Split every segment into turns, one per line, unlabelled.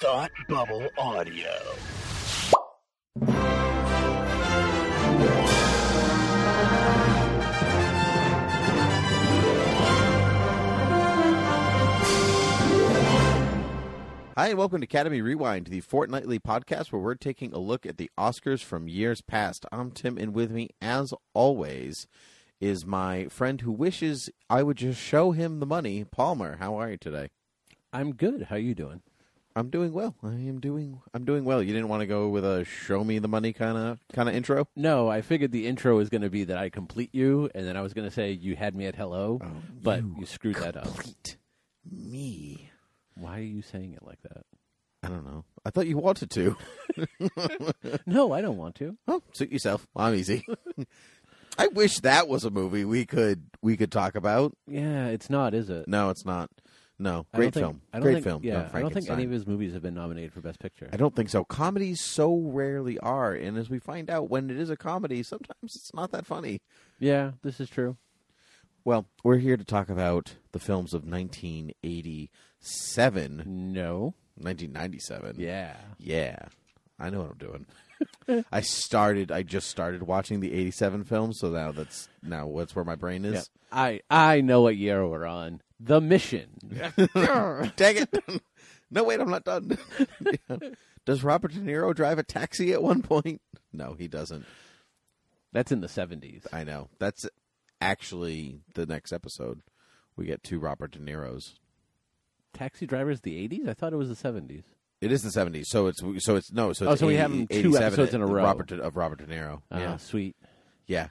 Thought Bubble Audio.
Hi, and welcome to Academy Rewind, the fortnightly podcast where we're taking a look at the Oscars from years past. I'm Tim, and with me, as always, is my friend who wishes I would just show him the money, Palmer. How are you today?
I'm good. How you doing?
I'm doing well. I am doing. I'm doing well. You didn't want to go with a "show me the money" kind of kind of intro.
No, I figured the intro was going to be that I complete you, and then I was going to say you had me at hello, but you, screwed that up.
Oh, Complete me.
Why are you saying it like that?
I don't know. I thought you wanted to.
No, I don't want to.
Oh, suit yourself. I'm easy. I wish that was a movie we could we could talk about.
Yeah, it's not, is it?
No, it's not. No,
I don't
great
think-
film.
I don't
great
think-
film.
Yeah,
no,
I don't think any
Frankenstein.
of his movies have been nominated for best picture.
I don't think so. Comedies so rarely are, and as we find out, when it is a comedy, sometimes it's not that funny.
Yeah, this is true.
Well, we're here to talk about the films of 1987,
No.
1997.
Yeah.
Mm. yeah. I know what I'm doing. I started. I just started watching the 87 film, so now that's now what's where my brain
Yep.
is.
I I know what year we're on. The Mission.
Dang it! no, wait, I'm not done. Does Robert De Niro drive a taxi at one point? No, he doesn't.
That's in the 70s.
I know. That's actually the next episode. We get two Robert De Niro's.
Taxi Driver's the 80s? I thought it was the 70s.
It is the seventies, so it's so it's no, so it's
Oh, so we have
80
two
87
episodes in a row.
Robert De- of Robert De Niro.
Ah,
yeah,
sweet.
yeah.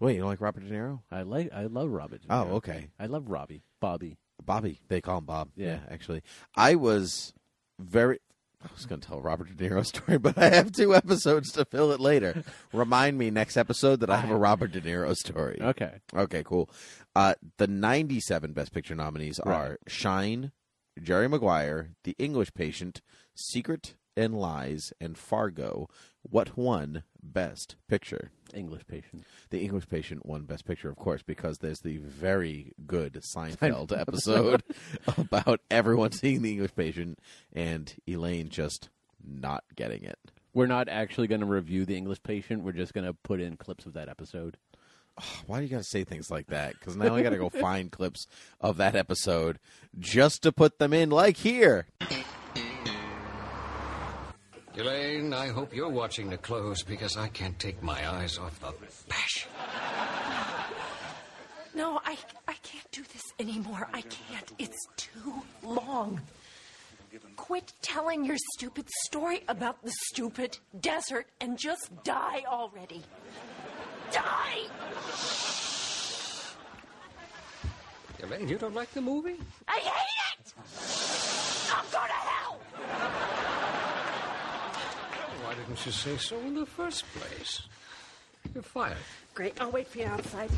Wait, you don't like Robert De Niro?
I like I love Robert. De
Oh,
Niro.
okay.
I love Robbie. Bobby.
Bobby. They call him Bob.
Yeah.
actually, I was very. I was going to tell a Robert De Niro story, but I have two episodes to fill it later. Remind me next episode that I have a Robert De Niro story.
Okay.
Okay, cool. Uh, the 97 Best Picture nominees
Right.
are Shine, Jerry Maguire, The English Patient, Secret and Lies, and Fargo. What won Best Picture?
English patient.
The English Patient won Best Picture, of course, because there's the very good Seinfeld episode about everyone seeing The English Patient and Elaine just not getting it.
We're not actually going to review the English patient. We're just going to put in clips of that episode.
Why do you got to say things like that? Because now I got to go find clips of that episode just to put them in, like here.
Elaine, I hope you're watching the close because I can't take my eyes off the passion.
No, I, I can't do this anymore. I can't. It's too long. Quit telling your stupid story about the stupid desert and just die already. Die!
Elaine, you don't like the movie?
I hate it! I'm going to hell!
Why didn't you say so in the first place? You're fired.
Great, I'll wait for you outside.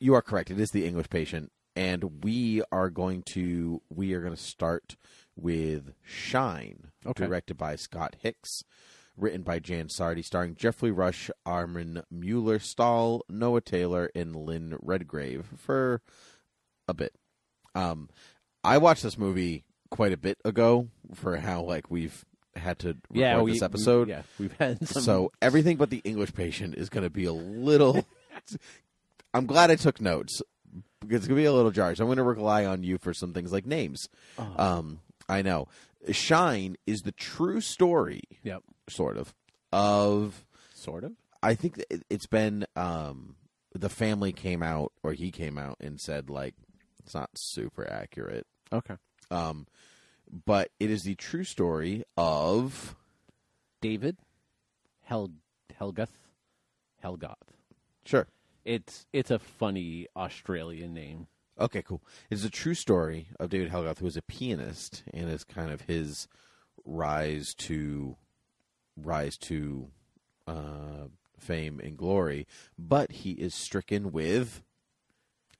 You are correct. It is the English Patient, and we are going to we are going to start with Shine,
Okay.
directed by Scott Hicks, written by Jan Sardi, starring Jeffrey Rush, Armin Mueller, Stahl, Noah Taylor, and Lynn Redgrave for a bit. Um, I watched this movie quite a bit ago for how like we've had to record
we-
this episode.
we- yeah, we've had some.
So everything but the English patient is going to be a little. I'm glad I took notes because it's going to be a little jarred. So I'm going to rely on you for some things like names.
Uh-huh.
Um, I know. Shine is the true story,
yep,
sort of, of
sort of.
I think it- it's been um, the family came out or he came out and said like it's not super accurate,
Okay,
um, but it is the true story of
David, Hel Helgoth, Helgoth.
sure
It's it's a funny Australian name.
Okay, cool. It's a true story of David Helgoth, who is a pianist, and is kind of his rise to rise to uh, fame and glory. But he is stricken with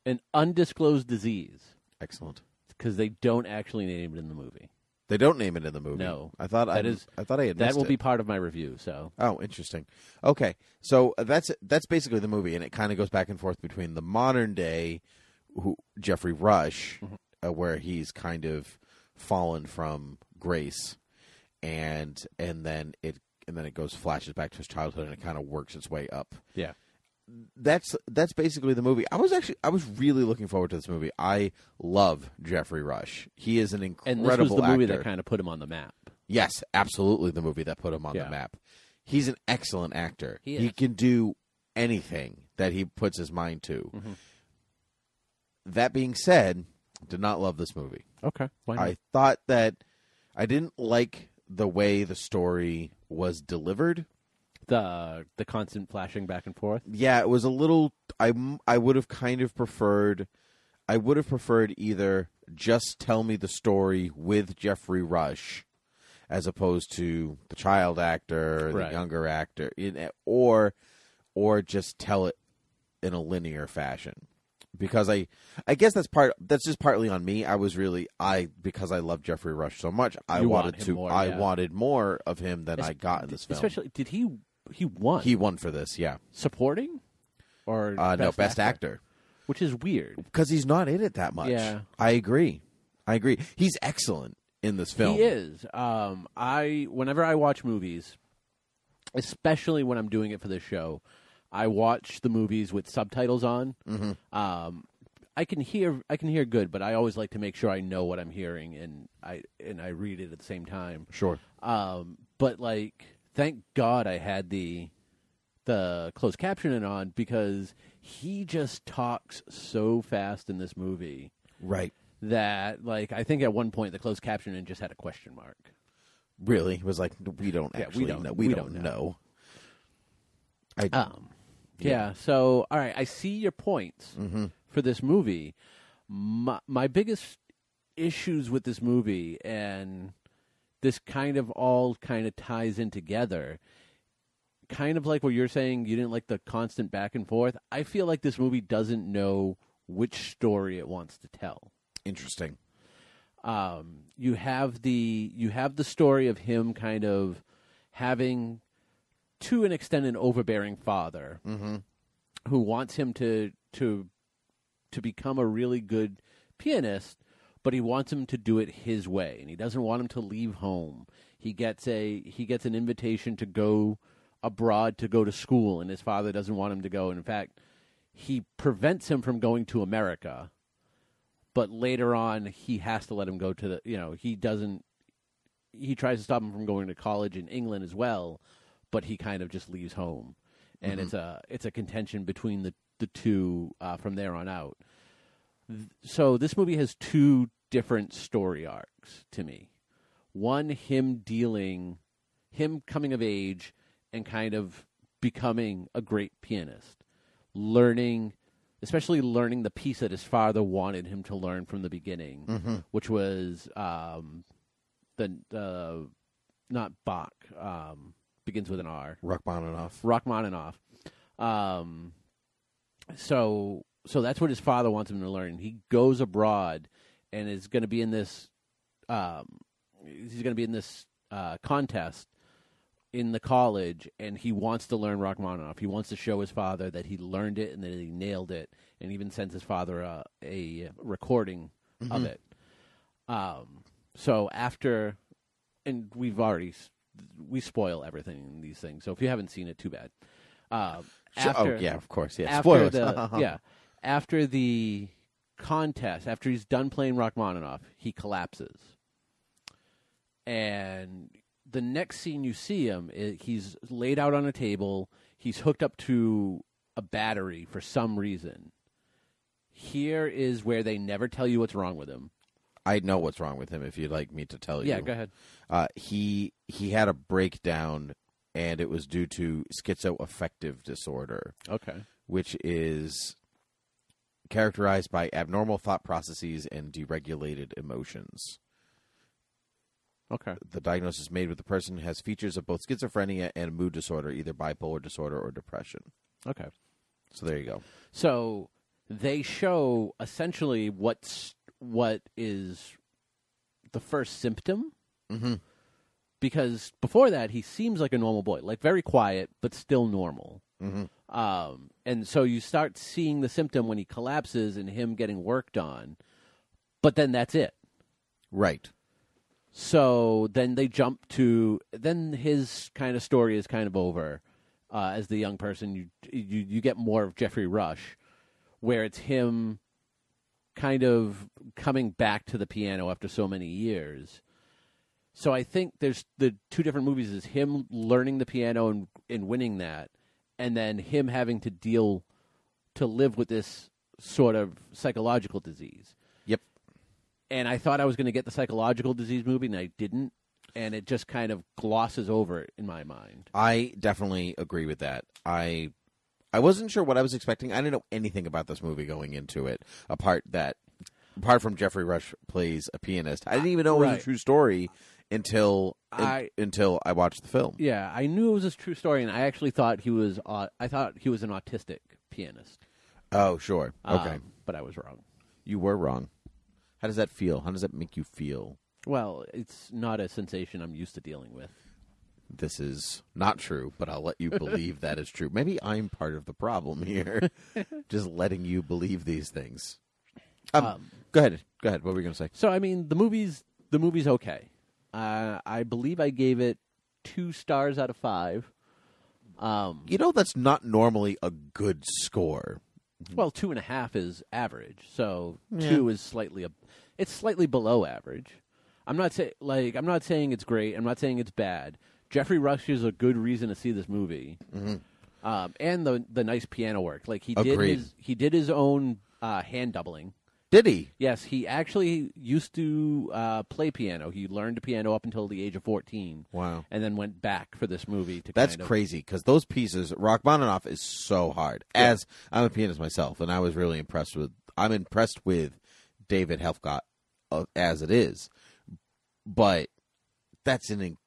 An undisclosed disease
excellent.
because they don't actually name it in the movie.
They don't name it in the movie.
No.
I thought
That
I
is-
I thought I had
That
missed
will
it.
be part of my review. So
Oh, interesting. Okay, so that's that's basically the movie, and it kind of goes back and forth between
Mm-hmm.
the modern day, who Jeffrey Rush, uh, where he's kind of fallen from grace, and and then it and then it goes flashes back to his childhood, and it kind of works its way up.
Yeah.
That's that's basically the movie. I was actually I was really looking forward to this movie. I love Jeffrey Rush. He is an
And
incredible
this was the movie
actor.
that kind of put him on the map.
Yes, absolutely the movie that put him on
Yeah.
the map. He's an excellent actor.
He is.
can do anything that he puts his mind to.
Mm-hmm.
That being said, did not love this movie.
Okay. Why
I thought that I didn't like the way the story was delivered.
The the constant flashing back and forth.
Yeah, it was a little I m- I would have kind of preferred I would have preferred either just tell me the story with Jeffrey Rush as opposed to the child actor,
Right.
the younger actor, in, or or just tell it in a linear fashion. Because I, I guess that's part. That's just partly on me. I was really I because I love Jeffrey Rush so much. I
You want
wanted
him
to.
more,
I
yeah.
wanted more of him than
Es-
I got in this film.
Especially, did he he won
he won for this, yeah.
supporting or
Uh, no, best actor.
which is weird.
because he's not in it that much.
Yeah.
I agree. I agree. He's excellent in this film.
He is. Um, I whenever I watch movies, especially when I'm doing it for this show, I watch the movies with subtitles on.
Mm-hmm.
Um, I can hear I can hear good, but I always like to make sure I know what I'm hearing and I and I read it at the same time.
Sure.
Um, but like, thank God I had the the closed captioning on because he just talks so fast in this movie
Right.
that like I think at one point the closed captioning just had a question mark.
Really? It was like we don't
Yeah, we
actually
don't-
know. We,
we
don't,
don't
know. I,
Um, yeah. So all right, I see your points for this movie. My my biggest issues with this movie and this kind of all kind of ties in together. Kind of like what you're saying, you didn't like the constant back and forth. I feel like this movie doesn't know which story it wants to tell.
interesting.
um, you have the you have the story of him kind of having to an extent an overbearing father who wants him to to to become a really good pianist but he wants him to do it his way and he doesn't want him to leave home he gets a he gets an invitation to go abroad to go to school and his father doesn't want him to go and in fact he prevents him from going to america but later on he has to let him go to the you know he doesn't he tries to stop him from going to college in England as well but he kind of just leaves home and it's a it's a contention between the the two uh, from there on out Th- so this movie has two different story arcs to me one him dealing him coming of age and kind of becoming a great pianist learning especially learning the piece that his father wanted him to learn from the beginning which was um, the uh, not bach um, begins with an r
Rachmaninoff.
Rachmaninoff. Um, so so that's what his father wants him to learn. He goes abroad and is going to be in this. Um, he's going to be in this uh, contest in the college, and he wants to learn Rachmaninoff. He wants to show his father that he learned it and that he nailed it, and even sends his father a, a recording
Mm-hmm.
of it. Um, so after, and we've already s- we spoil everything in these things. So if you haven't seen it, too bad. Um,
Sure-
after,
oh yeah, of course. Yeah.
after
Spoilers.
the yeah after the contest after he's done playing Rachmaninoff he collapses and the next scene you see him i he's laid out on a table he's hooked up to a battery for some reason here is where they never tell you what's wrong with him
I know what's wrong with him. If you'd like me to tell you.
yeah go ahead
Uh, he he had a breakdown, and it was due to schizoaffective disorder.
okay
which is characterized by abnormal thought processes and deregulated emotions.
okay
The diagnosis made with the person has features of both schizophrenia and mood disorder, either bipolar disorder or depression.
okay
So there you go.
So they show essentially what's what is the first symptom. Mm-hmm. Because before that, he seems like a normal boy, like very quiet but still normal. Mm-hmm. Um, and so you start seeing the symptom when he collapses and him getting worked on, but then that's it.
Right.
So then they jump to then his kind of story is kind of over. Uh, as the young person, you, you you get more of Jeffrey Rush, where it's him kind of coming back to the piano after so many years. So I think there's the two different movies is him learning the piano and and winning that, and then him having to deal to live with this sort of psychological disease
Yep.
and I thought I was going to get the psychological disease movie, and I didn't. And it just kind of glosses over it in my mind.
I definitely agree with that. I I wasn't sure what I was expecting. I didn't know anything about this movie going into it, apart that apart from Jeffrey Rush plays a pianist. I didn't even know it was
Right.
a true story until un-
I-
until I watched the film.
Yeah, I knew it was a true story, and I actually thought he was. au- I thought he was an autistic pianist.
Oh, sure.
Um,
Okay.
but I was wrong.
you were wrong. How does that feel? How does that make you feel?
Well, it's not a sensation I'm used to dealing with.
This is not true, but I'll let you believe that is true. Maybe I'm part of the problem here. Just letting you believe these things. Um, go ahead. Go ahead. What were you going to say?
So I mean, the movie's the movie's okay. Uh, I believe I gave it two stars out of five.
You know, that's not normally a good score.
Well, two and a half is average, so two is slightly ab- it's slightly below average. I'm not say like I'm not saying it's great. I'm not saying it's bad. Jeffrey Rush is a good reason to see this movie, um, and the the nice piano work. Like he
Mm-hmm. Agreed.
did his he did his own uh, hand doubling.
Did he?
Yes, he actually used to uh, play piano. He learned piano up until the age of fourteen.
Wow.
And then went back for this movie to
That's
kind of-
crazy because those pieces, Rachmaninoff is so hard. As I'm a pianist myself, and I was really impressed with. I'm impressed with David Helfgott uh, as it is, but that's an in-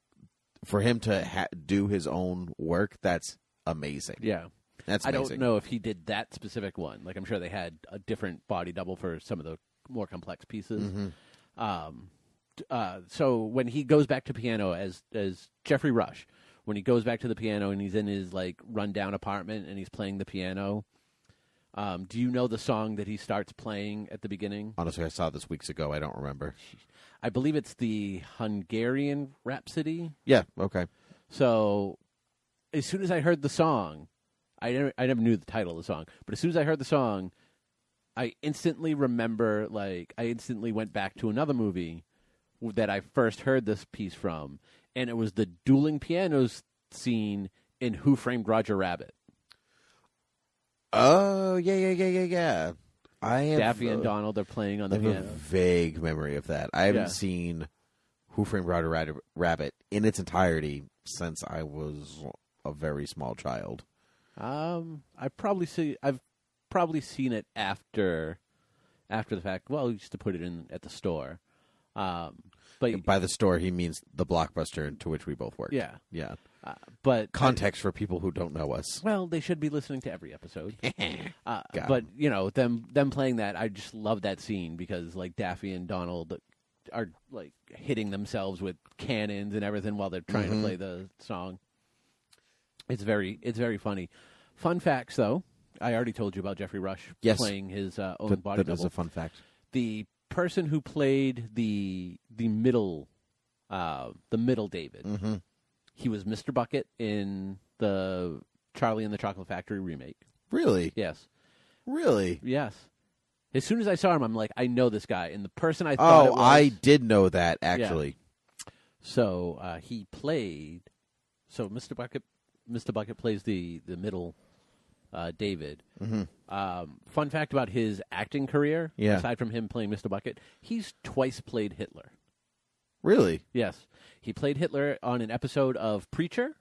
for him to ha- do his own work. That's amazing.
Yeah.
That's
I
amazing.
don't know if he did that specific one. Like I'm sure they had a different body double for some of the more complex pieces. Um, t- uh, so when he goes back to piano as as Jeffrey Rush, when he goes back to the piano and he's in his like rundown apartment and he's playing the piano. Um, do you know the song that he starts playing at the beginning?
Honestly, I saw this weeks ago. I don't remember.
I believe it's the Hungarian Rhapsody.
Yeah. Okay.
So as soon as I heard the song, I never, I never knew the title of the song, but as soon as I heard the song, I instantly remember like I instantly went back to another movie w- that I first heard this piece from, and it was the dueling pianos scene in Who Framed Roger Rabbit.
Oh yeah yeah yeah yeah yeah. I have,
Daffy and
uh,
Donald are playing on
I
the
have a
piano.
vague memory of that. I haven't
Yeah.
seen Who Framed Roger Rad- Rabbit in its entirety since I was a very small child.
Um, I probably see. I've probably seen it after, after the fact. Well, we used to put it in at the store. Um, but
By the store, he means the blockbuster to which we both worked.
Yeah.
yeah.
uh, but
Context for people who don't know us.
well, they should be listening to every episode. uh,
Got
but you know them them playing that. I just love that scene because like Daffy and Donald are like hitting themselves with cannons and everything while they're trying
Mm-hmm.
to play the song. It's very it's very funny. Fun facts though. I already told you about Jeffrey Rush
Yes.
playing his uh, own
That,
body
that is
double.
a fun fact.
the person who played the the middle uh, the middle David.
Mm-hmm.
He was Mr. Bucket in the Charlie and the Chocolate Factory remake.
Really,
Yes.
really.
Yes. As soon as I saw him, I'm like, I know this guy. And the person I thought it
Oh,
was,
I did know that actually.
so uh, he played. So Mr. Bucket, Mr. Bucket plays the the middle uh, David. Um, fun fact about his acting career:
Mm-hmm. Yeah.
aside from him playing Mr. Bucket, he's twice played Hitler.
Really.
Yes, he played Hitler on an episode of Preacher.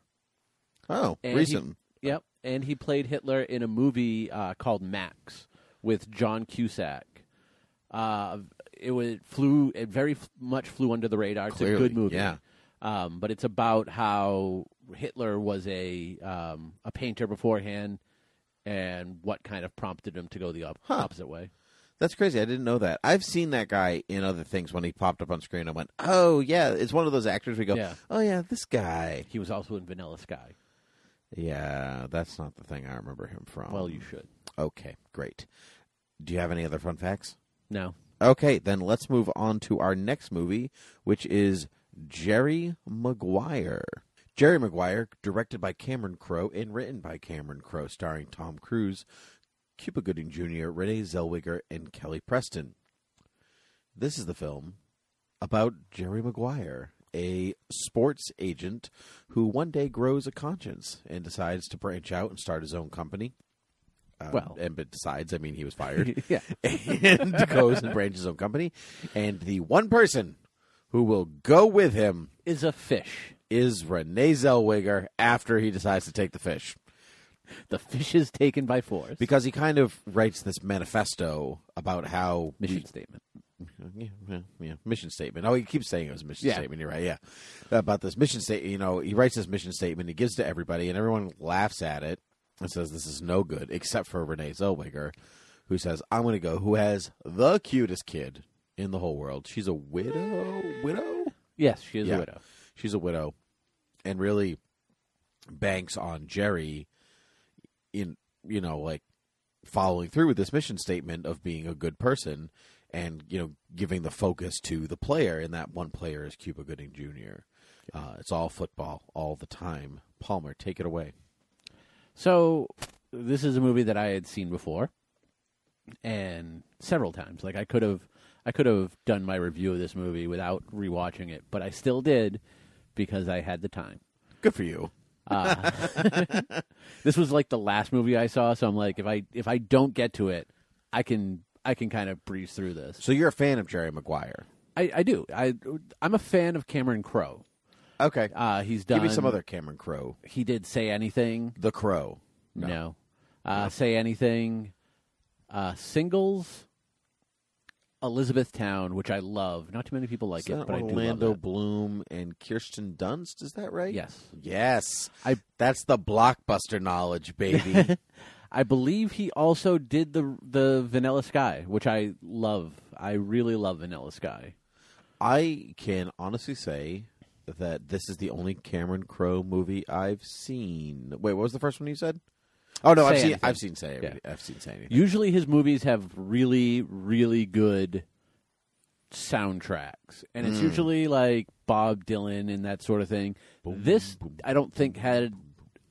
Oh,
And
recent.
He, yep, and he played Hitler in a movie uh, called Max with John Cusack. Uh, it was it flew it very f- much flew under the radar. It's a
Clearly,
good movie,
yeah.
Um, but it's about how Hitler was a um, a painter beforehand, and what kind of prompted him to go the op- opposite way.
That's crazy. I didn't know that. I've seen that guy in other things when he popped up on screen. I went, "Oh yeah, it's one of those actors." We go,
Yeah.
"Oh yeah, this guy."
He was also in Vanilla Sky.
Yeah, that's not the thing I remember him from.
Well, you should.
Okay, great. Do you have any other fun facts?
No,
Okay, then let's move on to our next movie, which is Jerry Maguire. Jerry Maguire, directed by Cameron Crowe and written by Cameron Crowe, starring Tom Cruise, Cuba Gooding Jr., Renee Zellweger, and Kelly Preston. This is the film about Jerry Maguire, a sports agent who one day grows a conscience and decides to branch out and start his own company. Um,
Well-
and but decides, I mean, he was fired
yeah.
and goes and branches his own company. And the one person who will go with him
Is a fish.
is Renee Zellweger after he decides to take the fish.
The fish is taken by force.
Because he kind of writes this manifesto about how we-
Mission statement.
yeah, yeah, yeah. mission statement. Oh, he keeps saying it was a mission
Yeah.
statement. You're right. Yeah, about this mission statement. You know, he writes this mission statement. He gives to everybody, and everyone laughs at it and says this is no good, except for Renee Zellweger, who says I'm going to go. Who has the cutest kid in the whole world? She's a widow. Widow.
Yes, she is
Yeah.
a widow.
She's a widow, and really banks on Jerry in you know like following through with this mission statement of being a good person and you know giving the focus to the player and that one player is Cuba Gooding Jr. Uh, it's all football all the time. Palmer, take it away.
So this is a movie that I had seen before, and several times. Like I could have, I could have done my review of this movie without rewatching it, but I still did because I had the time.
Good for you.
This was like the last movie I saw, so I'm like, if I if I don't get to it, I can I can kind of breeze through this.
So you're a fan of Jerry Maguire.
I, I do. I I'm a fan of Cameron Crowe.
Okay.
Uh, he's done.
Give me some other Cameron Crowe.
He did say anything.
The Crow.
No. Uh, Say anything. Uh, singles. Elizabeth Town, which I love. Not too many people like
Is that
it, but I do
Orlando
love it.
Bloom and Kirsten Dunst, is that right?
Yes.
Yes.
I-
that's the blockbuster knowledge, baby.
I believe he also did the the Vanilla Sky, which I love. I really love Vanilla Sky.
I can honestly say that this is the only Cameron Crowe movie I've seen. Wait, what was the first one you said? Oh no,
Say
I've seen
Anything.
I've seen say Anything. I've seen say anything.
Usually his movies have really, really good soundtracks. And
Hmm.
it's usually like Bob Dylan and that sort of thing. this I don't think had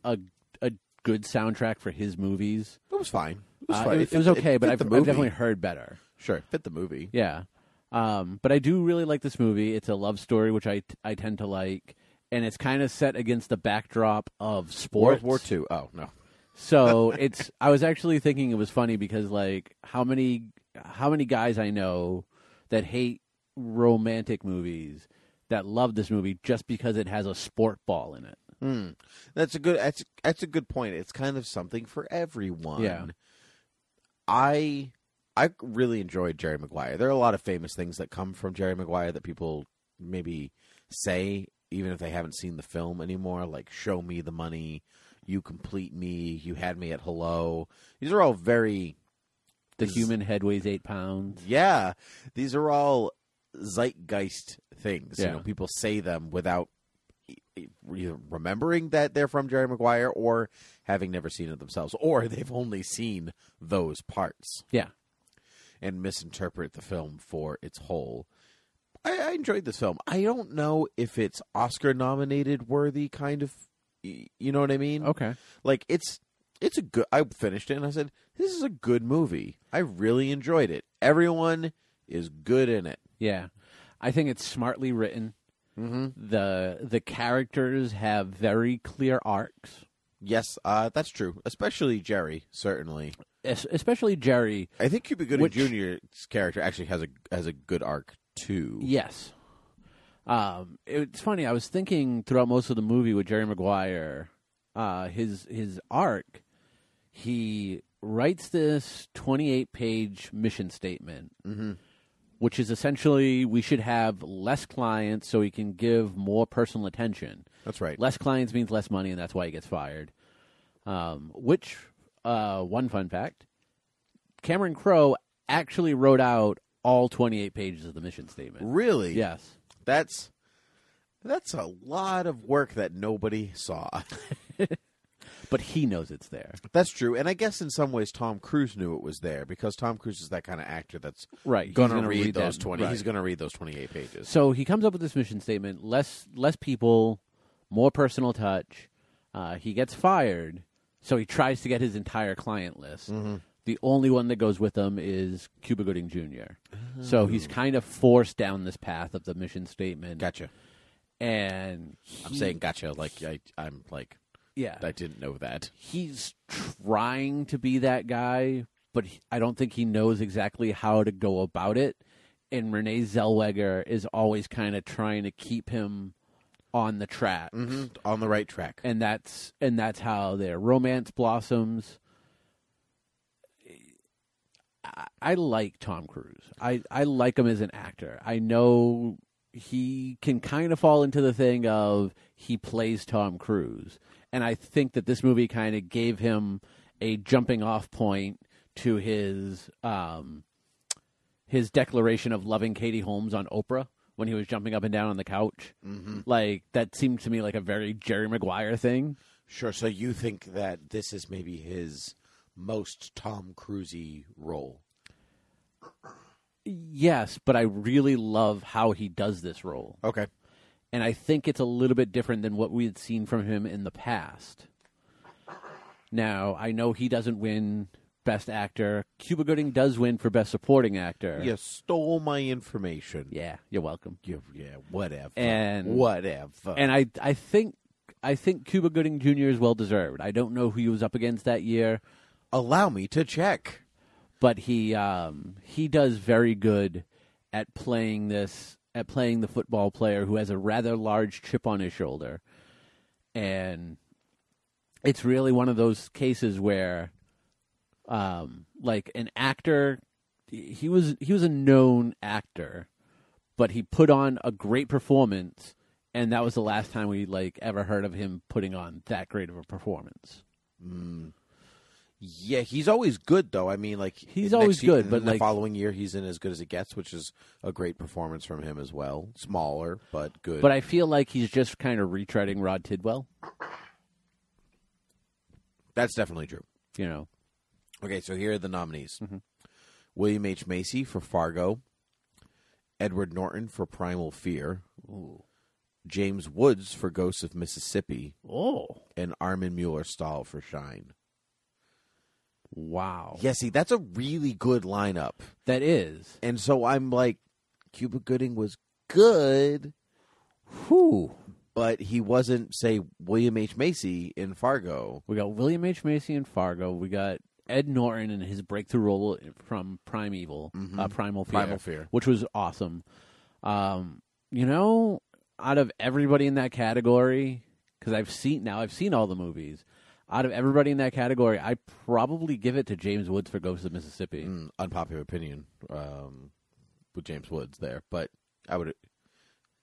a a good soundtrack for his movies.
It was fine. It was
Uh,
fine.
it, it was
fit-
okay,
it
but
fit
I've,
the
I've
movie.
definitely heard better.
sure it fit the movie.
Yeah, um, but I do really like this movie. It's a love story, which I I tend to like, and it's kind of set against the backdrop of sports.
World War II. Oh no,
So it's. I was actually thinking it was funny because like how many how many guys I know that hate romantic movies that love this movie just because it has a sport ball in it.
that's a good that's that's a good point. It's kind of something for everyone.
Yeah.
I I really enjoyed Jerry Maguire. There are a lot of famous things that come from Jerry Maguire that people maybe say even if they haven't seen the film anymore, like show me the money, you complete me, you had me at hello. These are all very
The
Is-
human head weighs eight pounds.
yeah, these are all zeitgeist things. You
Yeah.
know, people say them without e- e- either remembering that they're from Jerry Maguire or having never seen it themselves, or they've only seen those parts
Yeah.
and misinterpret the film for its whole. I, I enjoyed this film. I don't know if it's Oscar nominated worthy kind of. y- You know what I mean?
Okay.
Like it's it's a good. I finished it and I said this is a good movie. I really enjoyed it. Everyone is good in it.
Yeah, I think it's smartly written. Mm-hmm. the The characters have very clear arcs,
Yes, uh, that's true. Especially Jerry, certainly.
es- especially Jerry.
I think Cuba Gooding
Which-
Jr.'s character actually has a has a good arc too.
Yes, um, it's funny. I was thinking throughout most of the movie with Jerry Maguire, uh, his his arc. He writes this twenty eight page mission statement.
Mm-hmm.
Which is essentially, we should have less clients so he can give more personal attention.
that's right.
Less clients means less money, and that's why he gets fired. Um, which, uh, one fun fact Cameron Crowe actually wrote out all 28 pages of the mission statement.
really?
Yes.
That's that's a lot of work that nobody saw.
but he knows it's there.
That's true, and I guess in some ways Tom Cruise knew it was there because Tom Cruise is that kind of actor that's
Right, he's
Gonna,
gonna
read,
read
those
that-
twenty.
right.
He's gonna read those twenty-eight pages.
So he comes up with this mission statement: less less people, more personal touch. Uh, he gets fired, so he tries to get his entire client list.
Mm-hmm.
The only one that goes with him is Cuba Gooding Jr.
Oh.
So he's kind of forced down this path of the mission statement.
Gotcha.
And
I'm
he-
saying gotcha. Like I, I'm like
yeah,
I didn't know that.
he's trying to be that guy, but he- I don't think he knows exactly how to go about it. And Renee Zellweger is always kind of trying to keep him on the track,
Mm-hmm. On the right track.
and that's and that's how their romance blossoms. I, I like Tom Cruise. I I like him as an actor. I know he can kind of fall into the thing of he plays Tom Cruise, and I think that this movie kind of gave him a jumping off point to his um his declaration of loving Katie Holmes on Oprah when he was jumping up and down on the couch. Like that seemed to me like a very Jerry Maguire thing.
Sure. So you think that this is maybe his most Tom Cruisey role?
Yes, but I really love how he does this role.
Okay.
And I think it's a little bit different than what we had seen from him in the past. Now, I know he doesn't win best actor. Cuba Gooding does win for best supporting actor.
You stole my information.
Yeah, you're welcome.
You, yeah. Whatever.
And-
whatever.
and I I think I think Cuba Gooding Jr. is well deserved. I don't know who he was up against that year,
allow me to check.
but he um, he does very good at playing this at playing the football player who has a rather large chip on his shoulder, and it's really one of those cases where, um, like an actor, he was he was a known actor, but he put on a great performance. And that was the last time we like ever heard of him putting on that great of a performance.
Yeah, he's always good though. I mean, like
He's
next
always
ye-
good,
and
but,
then the
like-
following year he's in as good as it gets, which is a great performance from him as well. Smaller but good.
But I feel like he's just kind of retreading Rod Tidwell.
that's definitely true.
You know,
Okay, so here are the nominees: William H Macy for Fargo, Edward Norton for Primal Fear, James Woods for Ghosts of Mississippi,
Oh.
and Armin Mueller Stahl for Shine.
Wow.
Yeah, see, that's a really good lineup,
That is.
and so I'm like, Cuba Gooding was good.
Whew.
but he wasn't, say, William H. Macy in Fargo.
We got William H. Macy in Fargo. We got Ed Norton and his breakthrough role from Primeval, uh, Primal Fear,
Mm-hmm. Primal Fear.
which was awesome. Um, you know, out of everybody in that category, because I've seen now, I've seen all the movies. Out of everybody in that category, I probably give it to James Woods for Ghosts of Mississippi.
Mm, Unpopular opinion um, with James Woods there, but I would.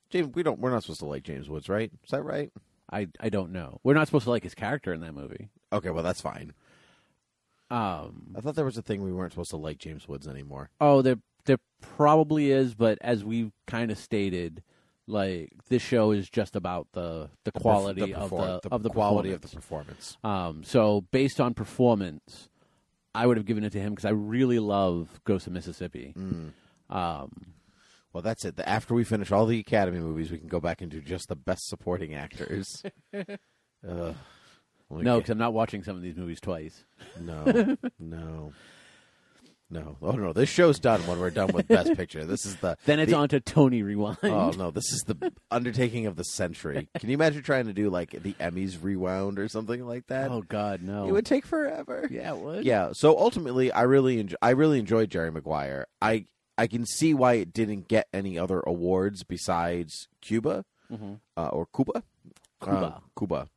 James, we don't. We're not supposed to like James Woods, right? Is that right?
I I don't know. We're not supposed to like his character in that movie.
Okay, well that's fine.
Um,
I thought there was a thing we weren't supposed to like James Woods anymore.
Oh, there there probably is, but as we've kind of stated, like this show is just about the
The
the
perf-
quality
the
of
perform-
the, of the
quality of the
performance.
performance.
Um, so based on performance, I would have given it to him because I really love Ghost of Mississippi.
Mm.
Um,
Well, that's it. The- After we finish all the Academy movies, we can go back and do just the best supporting actors. Ugh. Let me
no,
get-
because I'm not watching some of these movies twice.
No, no, no. Oh no, this show's done when we're done with Best Picture. This is the
Then it's
the-
on to Tony Rewind.
Oh no, this is the undertaking of the century. Can you imagine trying to do like the Emmys rewound or something like that?
Oh, God, no.
It would take forever.
yeah, it would.
Yeah. So ultimately, I really enjoy. I really enjoyed Jerry Maguire. I I can see why it didn't get any other awards besides Cuba uh, or Cuba.
Mm-hmm. Cuba.
Uh, Cuba.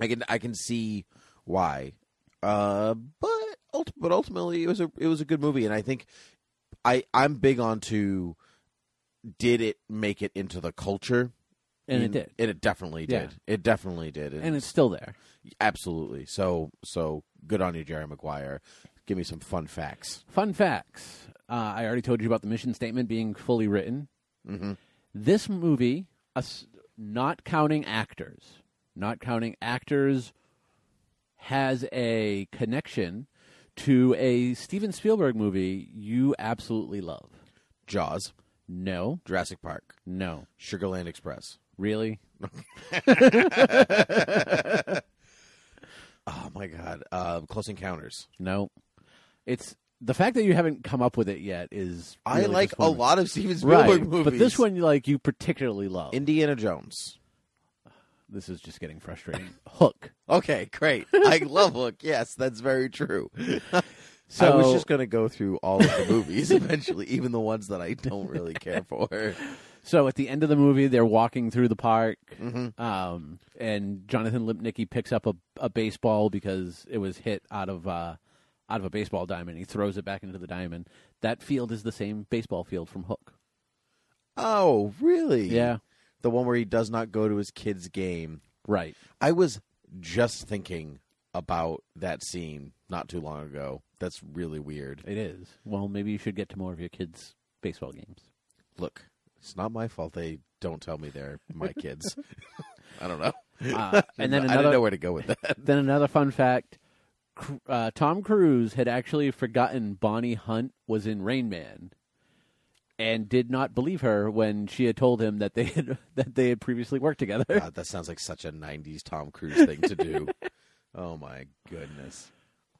I can I can see why, uh, but ult- but ultimately it was a it was a good movie, and I think I I'm big on to did it make it into the culture,
And it did.
and it definitely
Yeah.
did, it definitely did,
And it's still there.
Absolutely. So so good on you, Jerry Maguire. Give me some fun facts.
Fun facts. Uh, I already told you about the mission statement being fully written.
Mm-hmm.
This movie, us, not counting actors, not counting actors has a connection to a Steven Spielberg movie you absolutely love?
Jaws,
No,
Jurassic Park,
no,
Sugarland Express.
really?
Oh my God, uh, Close Encounters.
No. It's the fact that you haven't come up with it yet is
I
really
like a
disappointing.
lot of Steven Spielberg
right,
movies,
but this one like you particularly love.
Indiana Jones.
this is just getting frustrating. Hook.
Okay, great. I love Hook. Yes, that's very true. I was
So-
just going to go through all of the movies eventually, even the ones that I don't really care for.
So at the end of the movie, they're walking through the park,
Mm-hmm.
um, and Jonathan Lipnicki picks up a, a baseball because it was hit out of uh, out of a baseball diamond. He throws it back into the diamond. That field is the same baseball field from Hook.
Oh, really?
Yeah,
The one where he does not go to his kid's game.
right.
I was just thinking about that scene not too long ago. That's really weird.
It is. Well, maybe you should get to more of your kids' baseball games.
Look, it's not my fault they don't tell me they're my kids. I don't know.
Uh, and then
I didn't know
another
where to go with that.
then another fun fact: Cr- uh, Tom Cruise had actually forgotten Bonnie Hunt was in Rain Man, and did not believe her when she had told him that they had that they had previously worked together.
God, Uh, that sounds like such a 90s Tom Cruise thing to do. oh my goodness.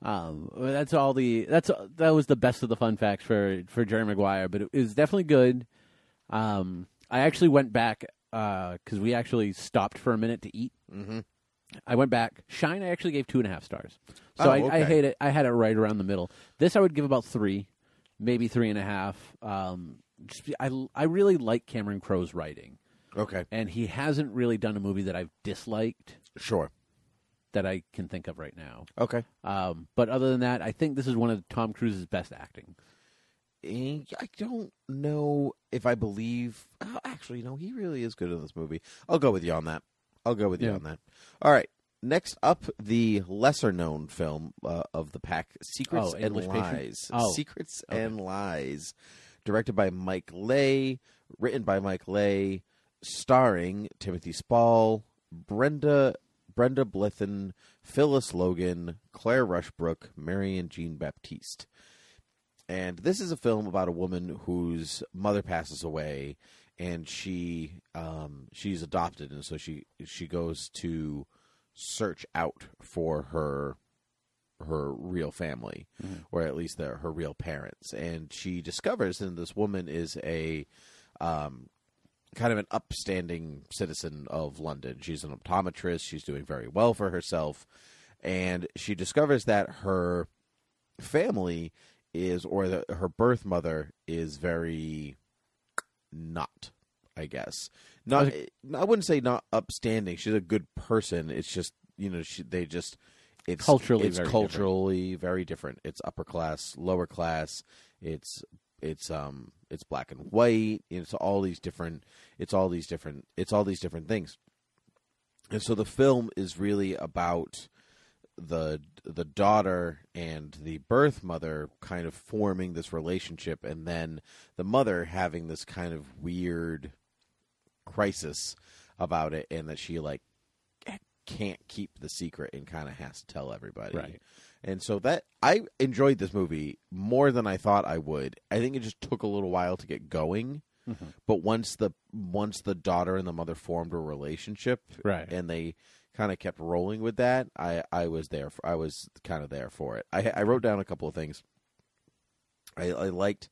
Um, well, that's all the that's that was the best of the fun facts for for Jerry Maguire, but it was definitely good. Um, I actually went back because we actually stopped for a minute to eat. Mm-hmm. I went back. Shine, I actually gave two and a half stars, so
Oh,
I, I
okay.
had it. I had it right around the middle. This I would give about three, maybe three and a half. Um, just be- I I really like Cameron Crowe's writing,
Okay,
and he hasn't really done a movie that I've disliked
sure.
that I can think of right now.
Okay.
Um, but other than that, I think this is one of Tom Cruise's best acting.
Eh, I don't know if I believe. Oh, actually, no, he really is good in this movie. I'll go with you on that. I'll go with you
Yeah.
on that. All right. Next up, the lesser known film uh, of the pack Secrets
Oh,
and
English Patient?
Lies.
Oh.
Secrets and Lies. Directed by Mike Lay, written by Mike Lay, starring Timothy Spall, Brenda. Brenda Blithen, Phyllis Logan, Claire Rushbrook, Marion Jean Baptiste. And this is a film about a woman whose mother passes away, and she um, she's adopted, and so she she goes to search out for her her real family, or at least their her real parents. And she discovers that this woman is a um, kind of an upstanding citizen of London. She's an optometrist. She's doing very well for herself, and she discovers that her family is or the, her birth mother is very not i guess not i wouldn't say not upstanding she's a good person it's just you know she, they just it's
Culturally
it's
very
culturally very different it's upper class lower class it's it's um it's black and white it's all these different it's all these different it's all these different things and so the film is really about the the daughter and the birth mother kind of forming this relationship and then the mother having this kind of weird crisis about it and that she like can't keep the secret and kind of has to tell everybody
Right.
and so that i enjoyed this movie more than i thought i would i think it just took a little while to get going but once the once the daughter and the mother formed a relationship
Right.
and they kind of kept rolling with that i i was there for, i was kind of there for it i i wrote down a couple of things i i liked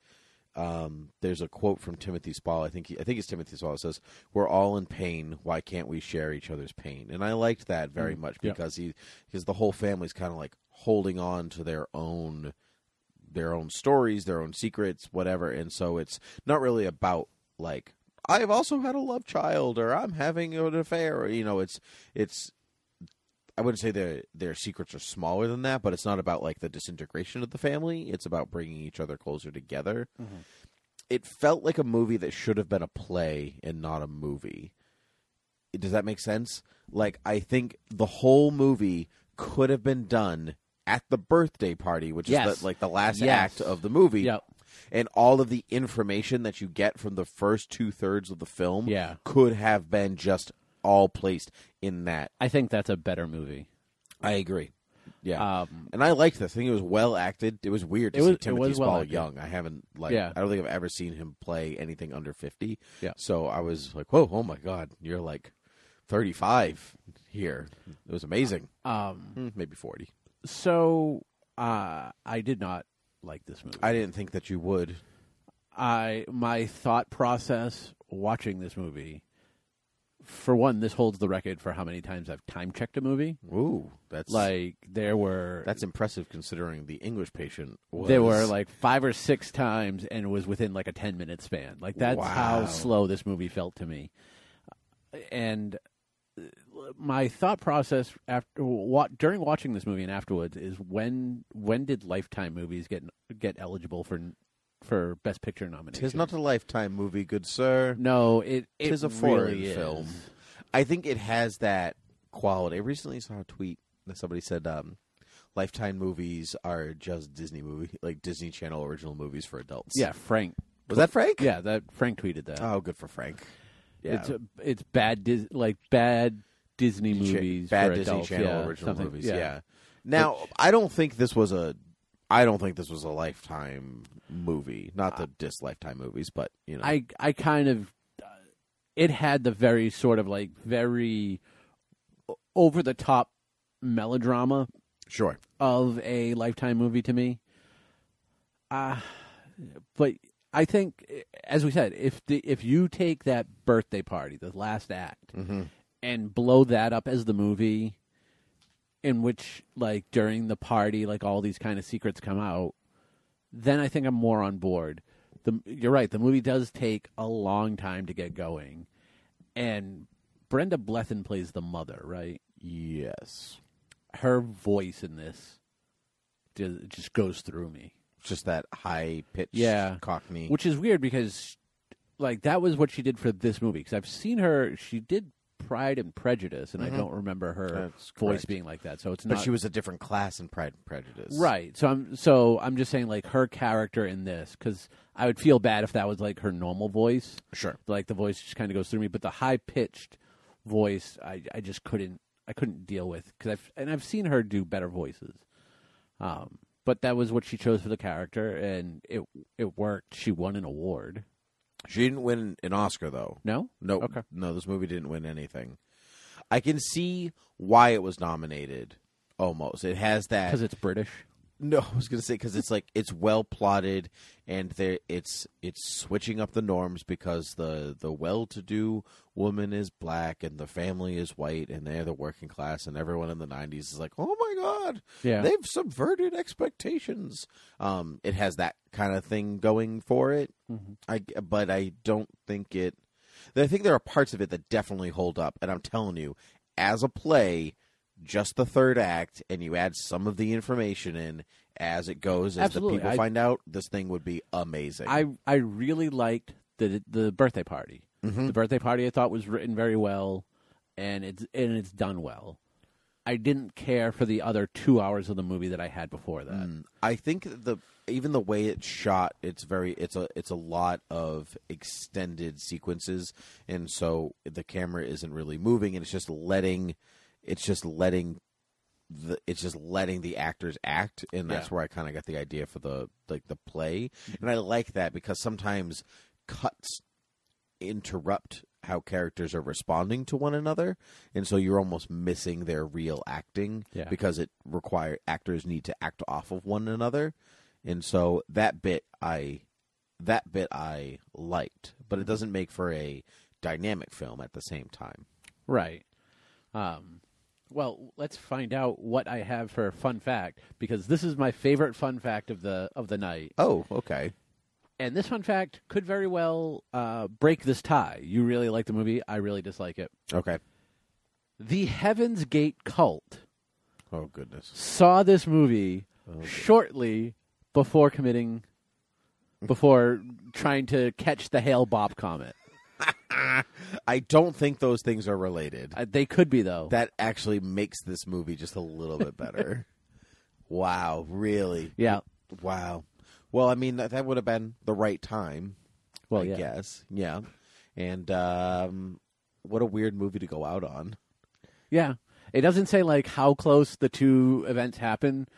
um, there's a quote from Timothy Spall. I think he, I think it's Timothy Spall. It says, "We're all in pain. Why can't we share each other's pain?" And I liked that very much
Mm, yeah.
because he because the whole family's kind of like holding on to their own their own stories, their own secrets, whatever. And so it's not really about like I've also had a love child or I'm having an affair. Or, you know, it's it's I wouldn't say their their secrets are smaller than that, but it's not about like the disintegration of the family. It's about bringing each other closer together. It felt like a movie that should have been a play and not a movie. Does that make sense? Like I think the whole movie could have been done at the birthday party, which is
Yes.
the, like the last
Yes.
act of the movie
Yep.
and all of the information that you get from the first two thirds of the film
Yeah.
could have been just all placed in that.
I think that's a better movie.
I agree. Yeah,
Um,
and I liked this. I think it was well acted. It was weird to
It
see
was- it
Timothy
was well
Spall
acted.
young. I haven't like
Yeah.
I don't think I've ever seen him play anything under fifty.
Yeah.
So I was like, whoa, oh my god, you're like thirty five here. It was amazing.
Um,
Hmm, Maybe forty.
so uh, I did not like this movie.
I didn't think that you would.
I my thought process watching this movie. For one, this holds the record for how many times I've time checked a movie.
Ooh, that's
Like there were
that's impressive considering the English patient. Was,
there were like five or six times, and it was within like a ten minute span. Like that's
Wow.
how slow this movie felt to me. And uh, my thought process after wa- during watching this movie and afterwards is when when did Lifetime movies get get eligible for for Best Picture nomination?
tis not a lifetime movie, good sir.
No, it it
Tis a foreign
really is.
film. I think it has that quality. I recently saw a tweet that somebody said, um, "Lifetime movies are just Disney movie, like Disney Channel original movies for adults."
Yeah, Frank.
was that Frank?
Yeah, that Frank tweeted that.
Oh, good for Frank. Yeah,
It's it's bad Dis- like bad Disney
Cha-
movies,
bad
for
Disney
adults,
Channel
yeah,
original
something-
movies. Yeah. Now, I don't think this was a. I don't think this was a lifetime movie. Not the dis lifetime movies, but you know,
I I kind of it had the very sort of like very over the top melodrama
sure.
of a lifetime movie to me. Uh but I think as we said, if the if you take that birthday party, the last act, and blow that up as the movie in which like during the party like all these kind of secrets come out, then I think I'm more on board. The you're right, the movie does take a long time to get going. And Brenda Blethyn plays the mother, right?
Yes,
her voice in this ju- just goes through me,
just that high pitched
Yeah.
Cockney.
which is weird because, like, that was what she did for this movie. Because I've seen her; she did Pride and Prejudice, and I don't remember her
Mm-hmm. That's
voice
correct.
being like that. So it's
but
not
she was a different class in Pride and Prejudice,
right. So I'm so I'm just saying like her character in this because I would feel bad if that was like her normal voice.
Sure.
like the voice just kind of goes through me, but the high pitched voice, I I just couldn't I couldn't deal with because I've and I've seen her do better voices. Um, but that was what she chose for the character, and it it worked. She won an award.
She didn't win an Oscar though.
No,
No,
Okay.
no, this movie didn't win anything. I can see why it was nominated. Almost, it has that.
because it's British.
no, I was gonna say because it's like it's well plotted, and there it's it's switching up the norms because the the well-to-do woman is black and the family is white and they're the working class and everyone in the '90s is like, oh my god,
Yeah.
they've subverted expectations. Um, it has that kind of thing going for it.
Mm-hmm.
I but I don't think it. I think there are parts of it that definitely hold up, and I'm telling you, as a play, just the third act, and you add some of the information in as it goes, as
Absolutely,
the people
I-
find out, this thing would be amazing.
I I really liked the the birthday party. The birthday party I thought was written very well, and it's and it's done well. I didn't care for the other two hours of the movie that I had before that.
I think that the even the way it's shot, it's very it's a it's a lot of extended sequences, and so the camera isn't really moving, and it's just letting, it's just letting, the it's just letting the actors act, and that's
Yeah.
where I kind of got the idea for the like the play, and I like that because sometimes cuts interrupt how characters are responding to one another and so you're almost missing their real acting
Yeah.
because it require actors need to act off of one another and so that bit i that bit i liked but it doesn't make for a dynamic film at the same time
Right. Um, well, let's find out what I have for fun fact because this is my favorite fun fact of the of the night,
oh okay
and this fun fact could very well uh, break this tie. You really like the movie, I really dislike it.
okay
The Heaven's Gate cult
oh goodness
saw this movie shortly before committing, before trying to catch the Hale Bob comet.
i don't think those things are related
Uh, they could be though.
that actually makes this movie just a little bit better wow really
yeah.
Wow. Well, I mean that, that would have been the right time,
Well,
I
yeah.
guess. Yeah. And um, what a weird movie to go out on.
Yeah. It doesn't say like how close the two events happen.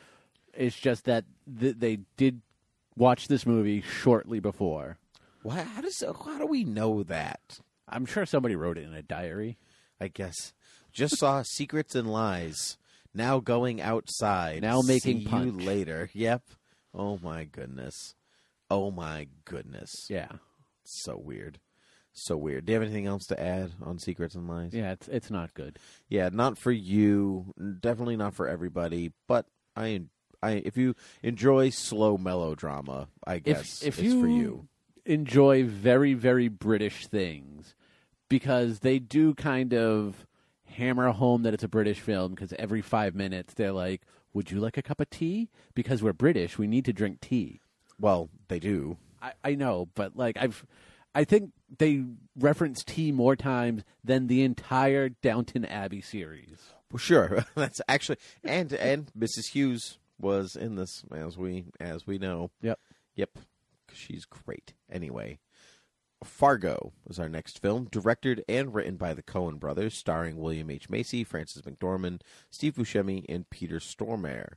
It's just that th- they did watch this movie shortly before.
Why, how does how do we know that?
I'm sure somebody wrote it in a diary.
I guess just saw secrets and lies. Now going outside.
Now making
See
punch.
you later. Yep. Oh my goodness. Oh my goodness.
Yeah,
So weird. So weird. Do you have anything else to add on secrets and lies?
yeah. It's it's not good.
yeah not for you definitely not for everybody but i i if you enjoy slow melodrama i guess
if
it's for you
enjoy very very British things, because they do kind of hammer home that it's a British film. Because every five minutes they're like, "Would you like a cup of tea?" Because we're British, we need to drink tea.
well they do
I, I know, but like I've, I think they reference tea more times than the entire Downton Abbey series.
well, sure that's actually and and mrs hughes was in this as we as we know
Yep.
yep she's great anyway Fargo is our next film, directed and written by the Coen brothers, starring William H. Macy, Francis McDormand, Steve Buscemi, and Peter Stormare.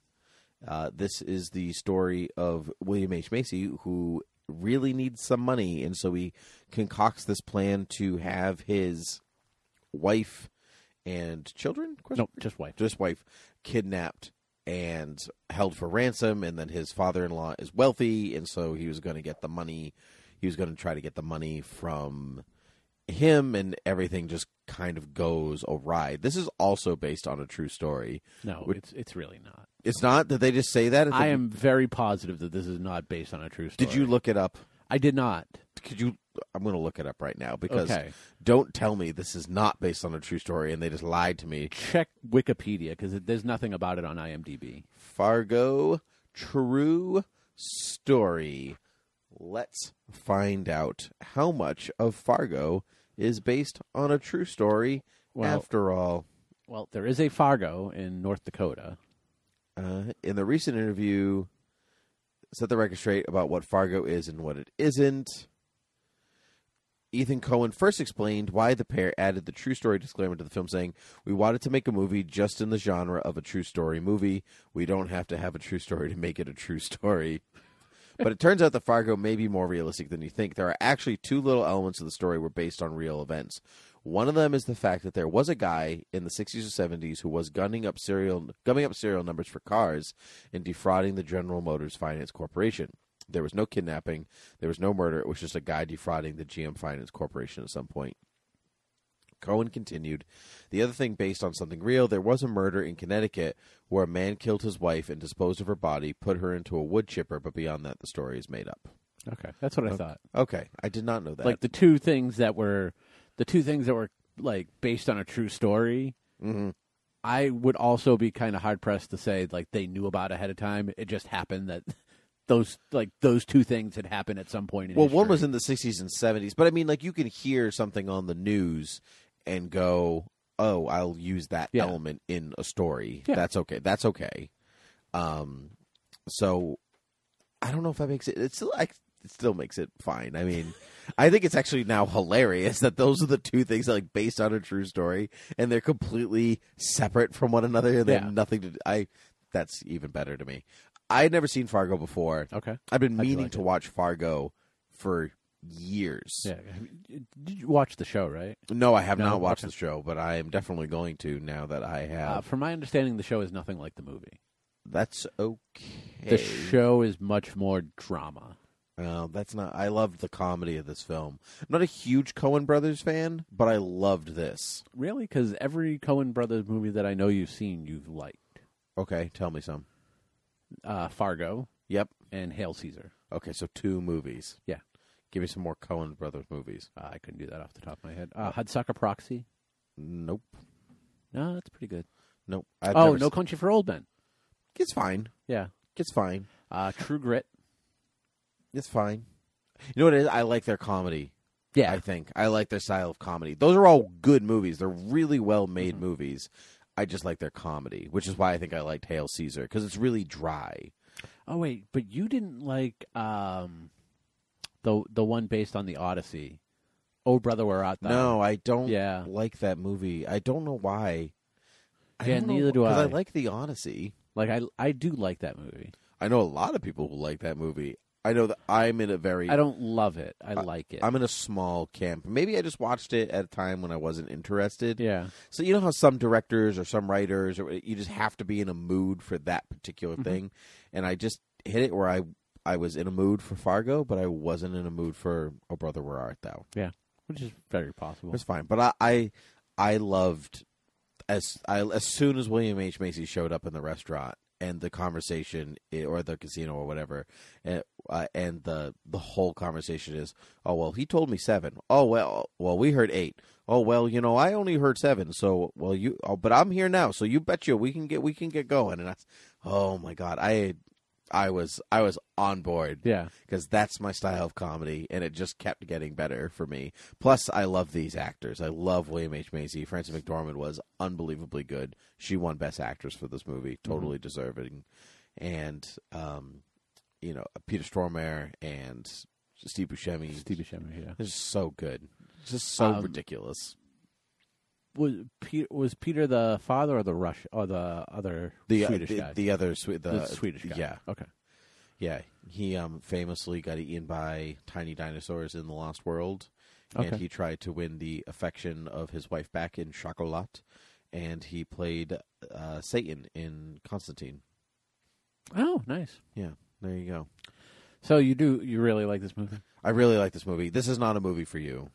Uh, this is the story of William H. Macy, who really needs some money, and so he concocts this plan to have his wife and children? question
No, just wife.
just wife kidnapped and held for ransom and then his father-in-law is wealthy and so he was going to get the money he was going to try to get the money from him and everything just kind of goes awry this is also based on a true story
No,
Would-
it's it's really not.
it's not that they just say that It's
I
that-
am very positive that this is not based on a true story.
did you look it up
I did not.
could you i'm going to look it up right now because
Okay.
don't tell me this is not based on a true story and they just lied to me
Check Wikipedia because there's nothing about it on IMDb.
Fargo True Story. Let's find out how much of Fargo is based on a true story
Well-
after all.
Well, there is a Fargo in North Dakota.
Uh, in the recent interview, set the record straight about what Fargo is and what it isn't. Ethan Cohen first explained why the pair added the true story disclaimer to the film, saying, We wanted to make a movie just in the genre of a true story movie. We don't have to have a true story to make it a true story. but it turns out that Fargo may be more realistic than you think. There are actually two little elements of the story were based on real events. One of them is the fact that there was a guy in the 60s or 70s who was gunning up serial gumming up serial numbers for cars and defrauding the General Motors Finance Corporation. There was no kidnapping, there was no murder. It was just a guy defrauding the GM Finance Corporation at some point. Cohen continued, the other thing based on something real, there was a murder in Connecticut where a man killed his wife and disposed of her body, put her into a wood chipper, but beyond that, the story is made up.
Okay, that's what I thought.
Okay, I did not know that.
Like the two things that were, the two things that were like based on a true story. Mm-hmm. I would also be kind of hard pressed to say like they knew about ahead of time. It just happened that those like those two things had happened at some point. In
well, one was
history.
in the 60s and 70s, but I mean, like, you can hear something on the news and go, oh, I'll use that
Yeah.
element in a story.
Yeah.
That's okay. That's okay. Um, so I don't know if that makes it. It still, I, it still makes it fine. I mean, I think it's actually now hilarious that those are the two things that, like based on a true story, and they're completely separate from one another. and They
Yeah.
have nothing to. do- I. That's even better to me. I had never seen Fargo before.
Okay.
I've been
How'd you
meaning
like
to
it?
watch Fargo for years.
Yeah, did you watch the show right?
No, I have
No?
not watched
Okay.
the show, but I am definitely going to now that I have.
Uh, from my understanding, the show is nothing like the movie.
that's okay.
The show is much more drama.
Uh, that's not. I loved the comedy of this film. I'm not a huge Coen Brothers fan, but I loved this.
Really? Because every Cohen Brothers movie that I know you've seen, you've liked.
Okay, tell me some.
Uh, Fargo
Yep.
and Hail Caesar.
Okay, so two movies.
Yeah.
Give me some more Coen Brothers movies.
Uh, I couldn't do that off the top of my head. Uh, Hudsucker Proxy.
Nope.
No, that's pretty good.
Nope. I've
oh,
never
No
seen-
Country for Old Men.
It's fine.
Yeah.
It's fine.
Uh, True Grit.
It's fine. You know what it is? I like their comedy.
Yeah.
I think. I like their style of comedy. Those are all good movies. They're really well made
Mm-hmm.
movies. I just like their comedy, which is why I think I liked Hail Caesar because it's really dry.
oh wait, but you didn't like um, the the one based on the Odyssey. Oh brother, we're out there.
No, I don't
Yeah.
like that movie. I don't know why. I
Yeah,
don't know,
neither do
'cause
I.
I like the Odyssey.
Like I, I do like that movie.
I know a lot of people who like that movie. I know that I'm in a very
I don't love it. I like it.
I'm in a small camp. Maybe I just watched it at a time when I wasn't interested.
yeah.
So you know how some directors or some writers or you just have to be in a mood for that particular thing, and I just hit it where I I was in a mood for Fargo, but I wasn't in a mood for Oh Brother Where Art Thou.
Yeah. Which is very possible.
It's fine, but I I, I loved as I, as soon as William H Macy showed up in the restaurant and the conversation i- or the casino or whatever, and, uh, and the the whole conversation is oh well he told me seven oh well well we heard eight oh well you know I only heard seven so well you oh, but I'm here now so you bet you we can get we can get going and I oh my god I I was I was on board
Yeah.
because that's my style of comedy, and it just kept getting better for me. Plus, I love these actors. I love William H Macy. Frances McDormand was unbelievably good. She won Best Actress for this movie,
Mm-hmm.
totally deserving. And um, you know, Peter Stormare and Steve Buscemi,
Steve Buscemi. Yeah.
they're just so good, just so
Um,
ridiculous.
Was Peter, was Peter the father or the Rush or the other
The
Swedish
the,
guy?
the other Swe- the,
The uh, Swedish guy.
yeah,
Okay.
Yeah, he um, famously got eaten by tiny dinosaurs in the Lost World, and
Okay.
he tried to win the affection of his wife back in Chocolat, and he played uh, Satan in Constantine.
Oh, nice.
Yeah, there you go.
So you do you really like this movie?
I really like this movie. This is not a movie for you.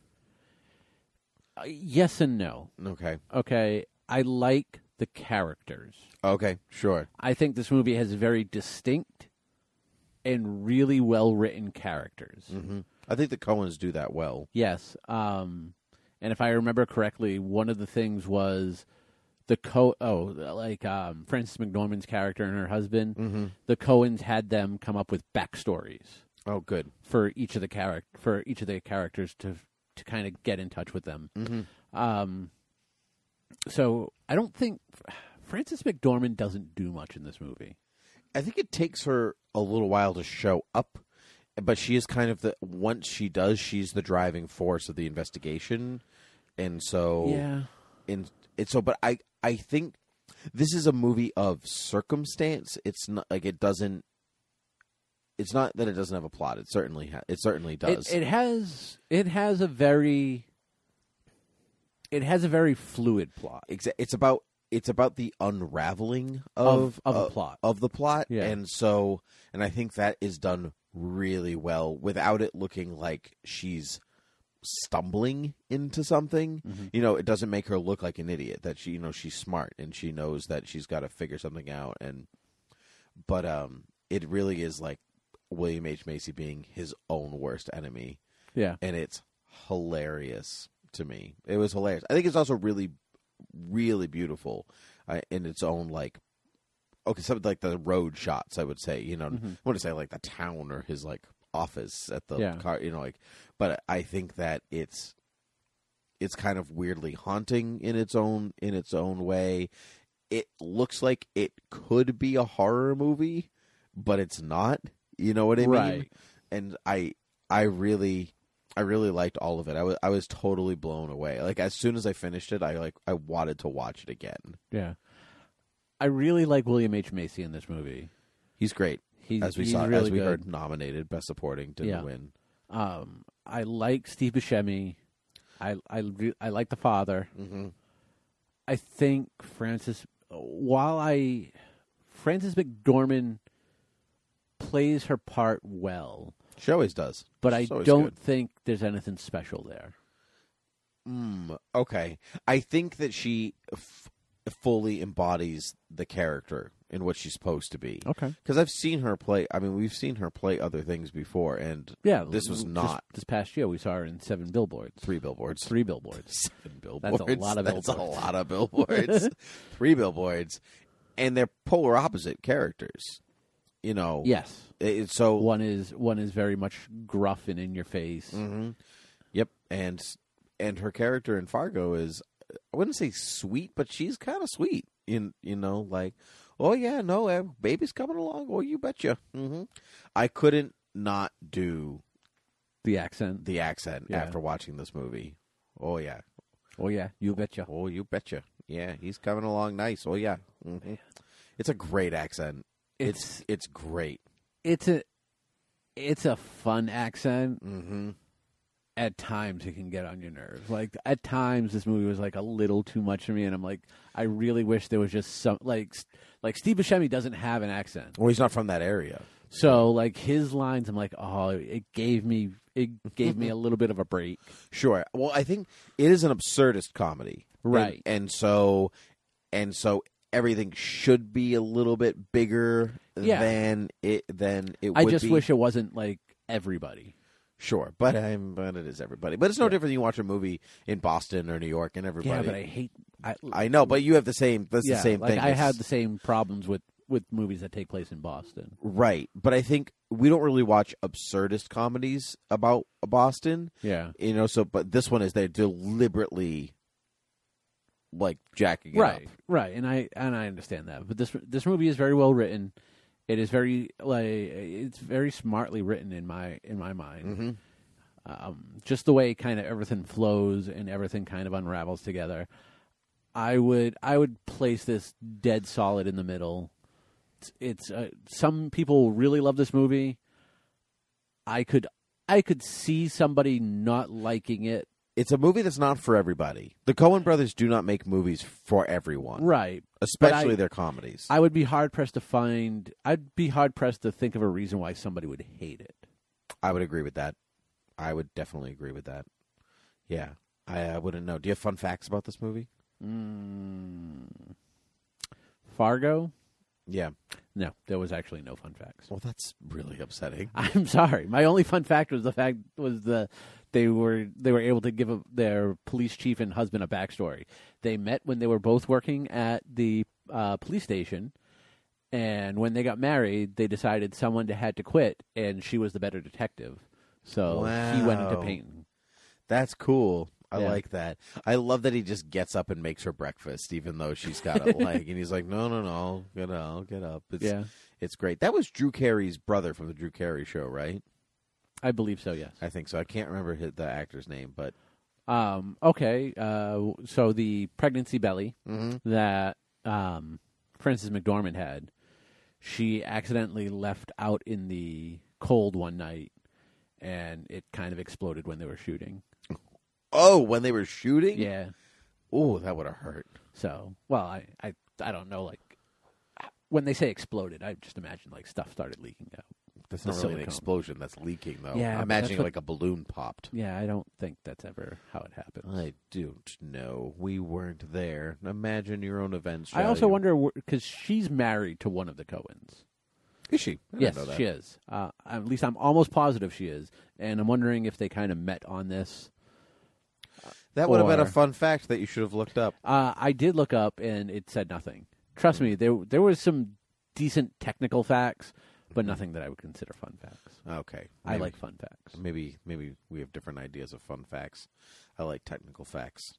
Uh, yes and no.
Okay,
Okay, I like the characters.
okay, sure.
I think this movie has very distinct and really well written characters.
hmm I think the Coens do that well.
Yes. Um, and if I remember correctly, one of the things was the co oh like um, Frances McDormand's character and her husband. The Cohens had them come up with backstories
Oh, good.
for each of the character for each of the characters to to kind of get in touch with them. Um, so I don't think Frances McDormand doesn't do much in this movie.
I think it takes her a little while to show up, but she is kind of the once she does, she's the driving force of the investigation, and so in it so but i i think this is a movie of circumstance it's not like it doesn't it's not that it doesn't have a plot it certainly ha- it certainly does
It, it has it has a very it has a very fluid plot.
Exa- it's about it's about the unraveling of uh,
Of- of a plot.
of the plot
Yeah.
and so and i think that is done really well without it looking like she's stumbling into something you know it doesn't make her look like an idiot that she you know she's smart and she knows that she's got to figure something out and but um it really is like william h macy being his own worst enemy
Yeah.
and it's hilarious to me. It was hilarious. I think it's also really, really beautiful uh, in its own like. Okay, something like the road shots. I would say, you know,
Mm-hmm.
I want to say like the town or his like office at the
Yeah.
car, you know, like. But I think that it's it's kind of weirdly haunting in its own in its own way. It looks like it could be a horror movie, but it's not. You know what I mean?
Right.
And I I really I really liked all of it. I was I was totally blown away. Like as soon as I finished it, I like I wanted to watch it again.
Yeah. I really like William H. Macy in this movie.
He's great.
He's-
as we
he's
saw, as
really
we
good.
heard, nominated best supporting, didn't
Yeah.
win.
Um, I like Steve Buscemi. I I re- I like the father.
Mhm.
I think Francis. While I Francis McDormand plays her part well,
She always does,
but
She's
I
always
don't
good.
think there's anything special there.
Mm, okay, I think that she f- fully embodies the character and what she's supposed to be.
Okay.
Because I've seen her play. I mean, we've seen her play other things before, and
Yeah,
this was
just
not
this past year. We saw her in Seven Billboards,
three billboards.
three billboards.
seven
That's
billboards.
a lot of
That's a
billboards.
lot of billboards. Three billboards, and they're polar opposite characters. You know.
Yes,
It, so
one is one is very much gruff and in your face.
Mm-hmm. yep, and and her character in Fargo is I wouldn't say sweet, but she's kind of sweet. In you know, like, oh yeah, no, eh, baby's coming along. Oh, you betcha. hmm I couldn't not do
The accent.
the accent
Yeah.
after watching this movie. Oh yeah,
Oh yeah, you betcha.
oh you betcha. Yeah, he's coming along nice. Oh yeah, hmm it's a great accent. It's
It's-
it's great.
It's a it's a fun accent. Mm-hmm. At times it can get on your nerves. Like at times this movie was like a little too much for me, and I'm like, I really wish there was just some like like Steve Buscemi doesn't have an accent.
Well, he's not from that area.
So like his lines, I'm like, oh, it gave me it gave me a little bit of a break.
Sure. Well, I think it is an absurdist comedy, And-
Right.
And, so, and so everything should be a little bit bigger
Yeah.
than it than it.
I
would
just
be.
wish it wasn't like everybody.
Sure, but I'm but it is everybody. But it's no different than you watch a movie in Boston or New York and everybody.
Yeah, but I hate. I,
I know, but you have the same. That's
yeah,
the same
like,
thing.
I
It's-
had the same problems with with movies that take place in Boston.
right, but I think we don't really watch absurdist comedies about Boston.
Yeah,
you know. So, but this one is they're deliberately like jacking it
right,
up.
right. And I and I understand that, but this this movie is very well written. It is very like it's very smartly written in my in my mind. Um, just the way kind of everything flows and everything kind of unravels together. I would I would place this dead solid in the middle. It's, it's uh, some people really love this movie. I could I could see somebody not liking it,
It's a movie that's not for everybody. The Coen Brothers do not make movies for everyone,
right? but
especially
I-
their comedies.
I would be hard pressed to find. I'd be hard pressed to think of a reason why somebody would hate it.
I would agree with that. I would definitely agree with that. Yeah, I, I wouldn't know. Do you have fun facts about this movie?
Fargo?
Yeah.
No, there was actually no fun facts.
Well, that's really upsetting.
I'm sorry. My only fun fact was the fact was the they were they were able to give a, their police chief and husband a backstory. They met when they were both working at the uh, police station, and when they got married, they decided someone had to quit, and she was the better detective. So he went into
Wow.
painting.
That's cool. I
Yeah.
like that. I love that he just gets up and makes her breakfast, even though she's got a leg. And he's like, "No, no, no, get up, I'll get up." It's,
Yeah.
it's great. That was Drew Carey's brother from the Drew Carey Show, right?
I believe so. Yes.
I think so. I can't remember hi- the actor's name, but
Um, okay, uh, so the pregnancy belly Mm-hmm. that um, Frances McDormand had, she accidentally left out in the cold one night, and it kind of exploded when they were shooting.
oh, when they were shooting,
Yeah.
Oh, that would have hurt.
So, well, I, I, I don't know. Like when they say exploded, I just imagine like stuff started leaking out.
That's
The
not really an
silicone.
explosion. That's leaking, though.
Yeah,
I'm
but
imagining
that's what-
like a balloon popped.
Yeah, I don't think that's ever how it happens.
I don't know. We weren't there. Imagine your own events.
I
Charlie.
also wonder because she's married to one of the Cohens.
Is she? I didn't
Yes,
know that.
she is. Uh, at least I'm almost positive she is, and I'm wondering if they kind of met on this.
That would have been a
Or-
fun fact that you should have looked up.
Uh, I did look up, and it said nothing. Trust
Hmm.
me, there there was some decent technical facts, but nothing that I would consider fun facts.
Okay,
I
Hmm. maybe-
like fun facts.
Maybe maybe we have different ideas of fun facts. I like technical facts.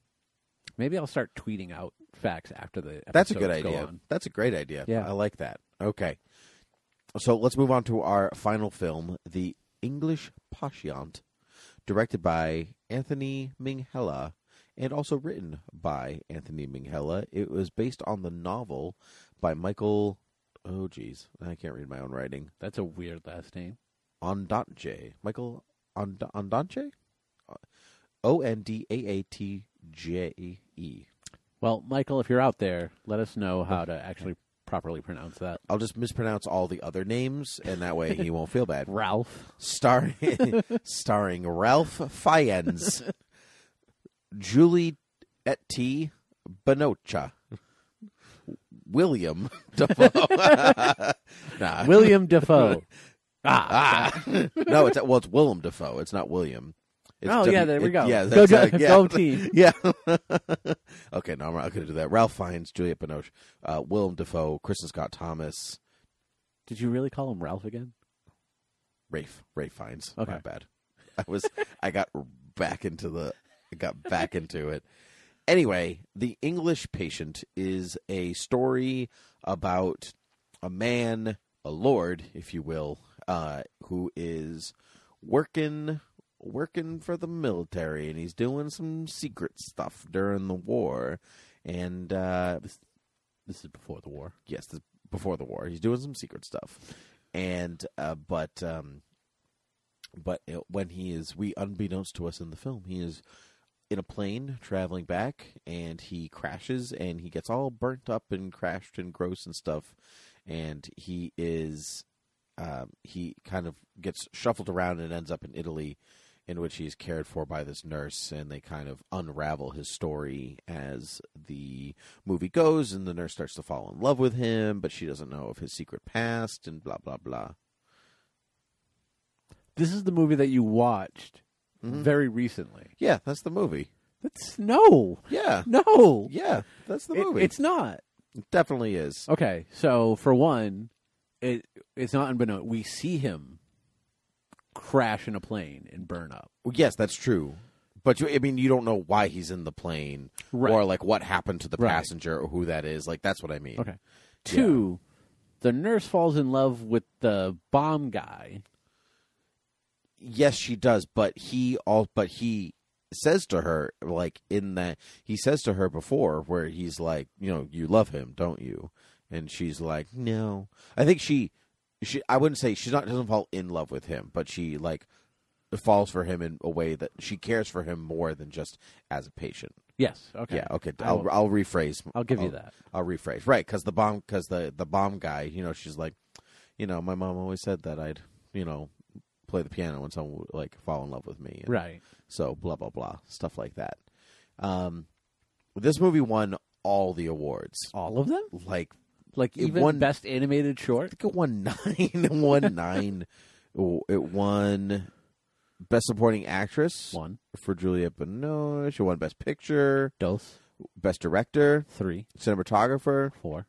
Maybe I'll start tweeting out facts after the.
That's a good
episodes go
idea.
on.
That's a great idea.
Yeah.
I like that. Okay. So let's move on to our final film, The English Patient, directed by Anthony Minghella and also written by Anthony Minghella. It was based on the novel by Michael Oh geez, I can't read my own writing.
That's a weird last name.
Ondaatje. Michael Ond- Ondaatje? O N D A A T J E.
Well, Michael, if you're out there, let us know how to actually properly pronounce that.
I'll just mispronounce all the other names, and that way he won't feel bad.
Ralph.
starring starring Ralph Fiennes, Julie T. Benocha, William Defoe. nah,
William Defoe.
ah, no, it's well, it's Willem Defoe. It's not William. It's
Oh, yeah, there we
it-
go.
Yeah,
Go
that's,
Gi-
uh, yeah.
go team.
Yeah. okay, no, I'm not going to do that. Ralph Fiennes, Juliette Binoche, uh, Willem Defoe, Kristen Scott Thomas,
Did you really call him Ralph again?
Rafe. Rafe Fiennes. My
Okay.
bad. I was I got back into the I got back into it. Anyway, The English Patient is a story about a man, a lord, if you will, uh, who is working working for the military and he's doing some secret stuff during the war and uh,
This is before the war.
yes, this, before the war, he's doing some secret stuff, and uh, but um, but uh, when he is, we unbeknownst to us in the film, he is in a plane traveling back, and he crashes, and he gets all burnt up and crashed and gross and stuff, and he is. Um, he kind of gets shuffled around and ends up in Italy, in which he's cared for by this nurse, and they kind of unravel his story as the movie goes, and the nurse starts to fall in love with him, but she doesn't know of his secret past, and blah blah blah.
This is the movie that you watched very recently.
Yeah, that's the movie.
That's no,
Yeah,
no.
yeah, that's the
It-
movie.
it's not
it definitely is.
okay. So for one, it it's not unbeknown. We see him crash in a plane and burn up.
Well, Oh, Yes, that's true. But you, I mean, you don't know why he's in the plane,
Right.
or like what happened to the
Right.
passenger, or who that is. Like that's what I mean.
Okay. Two, the nurse falls in love with the bomb guy.
yes she does but he all but he says to her like in that he says to her before where he's like you know you love him don't you and she's like no i think she she i wouldn't say she's not doesn't fall in love with him but she like falls for him in a way that she cares for him more than just as a patient
Yes. Okay.
yeah okay
I
i'll
will-
i'll rephrase
I'll give you that.
i'll rephrase right because the bomb because the the bomb guy you know she's like you know my mom always said that i'd you know play the piano and someone would like fall in love with me and
Right.
so blah blah blah stuff like that um this movie won all the awards
All of them?
like
Like
It
even
won-
best animated short?
I think it won nine it won nine it won best supporting actress
One,
for juliette binoche she won best picture
dos,
best director
three,
cinematographer
four,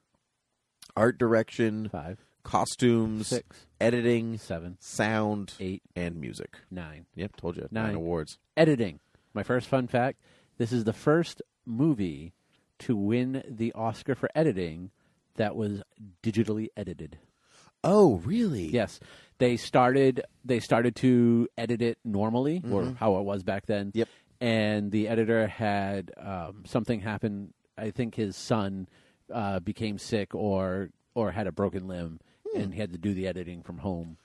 art direction,
five,
costumes,
six,
editing,
seven,
sound,
eight,
and music.
nine.
Yep, told you.
Nine.
awards.
Editing. My first fun fact this is the first movie to win the Oscar for editing that was digitally edited.
Oh, really?
Yes, they started. They started to edit it normally, or how it was back then.
Yep.
And the editor had um, something happen. I think his son uh, became sick, or or had a broken limb, and he had to do the editing from home.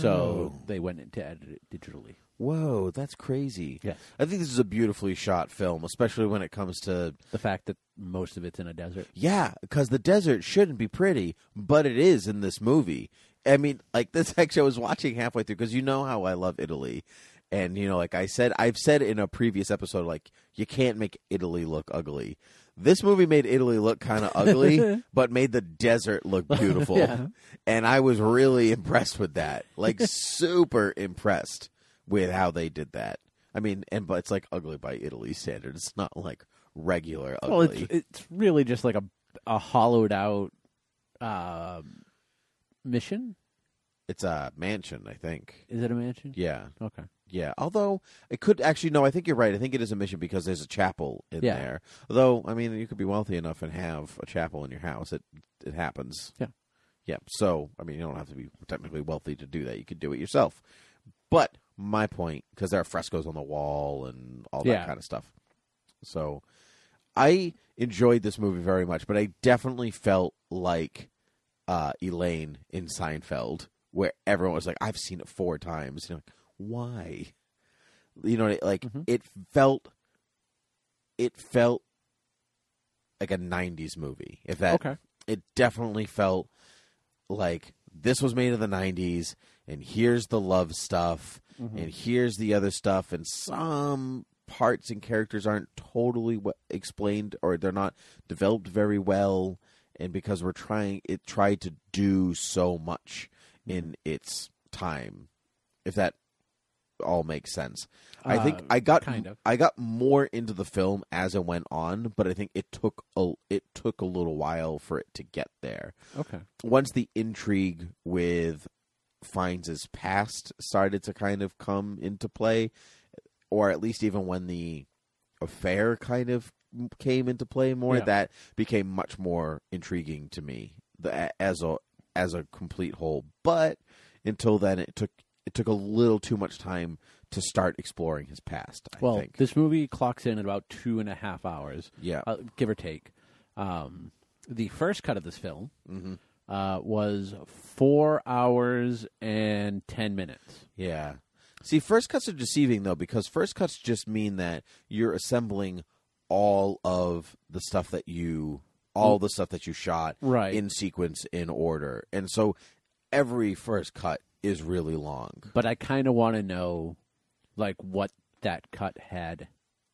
So they went in to edit it digitally.
Whoa, that's crazy.
Yes.
I think this is a beautifully shot film, especially when it comes to
The fact that most of it's in a desert.
yeah, because the desert shouldn't be pretty, but it is in this movie. I mean, like this actually, I was watching halfway through because you know how I love Italy, and you know, like I said, I've said in a previous episode, like you can't make Italy look ugly. This movie made Italy look kind of ugly, but made the desert look beautiful, and I was really impressed with that. Like super impressed with how they did that. I mean, and but it's like ugly by Italy standards. It's not like regular ugly.
Well, it's it's really just like a a hollowed out um mission.
It's a mansion, I think.
Is it a mansion?
Yeah,
Okay.
yeah. Although it could actually no, I think you're right. I think it is a mission because there's a chapel in
Yeah.
there. Although I mean, you could be wealthy enough and have a chapel in your house. It it happens.
Yeah.
Yeah. So I mean, you don't have to be technically wealthy to do that. You could do it yourself. But my point, because there are frescoes on the wall and all that
Yeah.
kind of stuff. So I enjoyed this movie very much, but I definitely felt like uh, Elaine in Seinfeld, where everyone was like, "I've seen it four times." You know, like, why? You know, like it felt, it felt like a '90s movie. If that,
Okay.
it definitely felt like this was made in the 90s and here's the love stuff and here's the other stuff and some parts and characters aren't totally we- explained or they're not developed very well and because we're trying it tried to do so much in its time if that all makes sense i think
Uh,
i got
kind of.
i got more into the film as it went on but i think it took a it took a little while for it to get there
Okay.
once the intrigue with Fines' past started to kind of come into play, or at least even when the affair kind of came into play more,
Yeah.
that became much more intriguing to me the, as a as a complete whole. But until then, it took it took a little too much time to start exploring his past. I
well,
think.
this movie clocks in at about two and a half hours.
Yeah.
uh, give or take. Um, the first cut of this film
Mm-hmm.
uh, was four hours and ten minutes.
Yeah. See, first cuts are deceiving though because first cuts just mean that you're assembling all of the stuff that you all the stuff that you shot
Right.
in sequence in order. And so every first cut is really long.
But I kind of want to know, like, what that cut had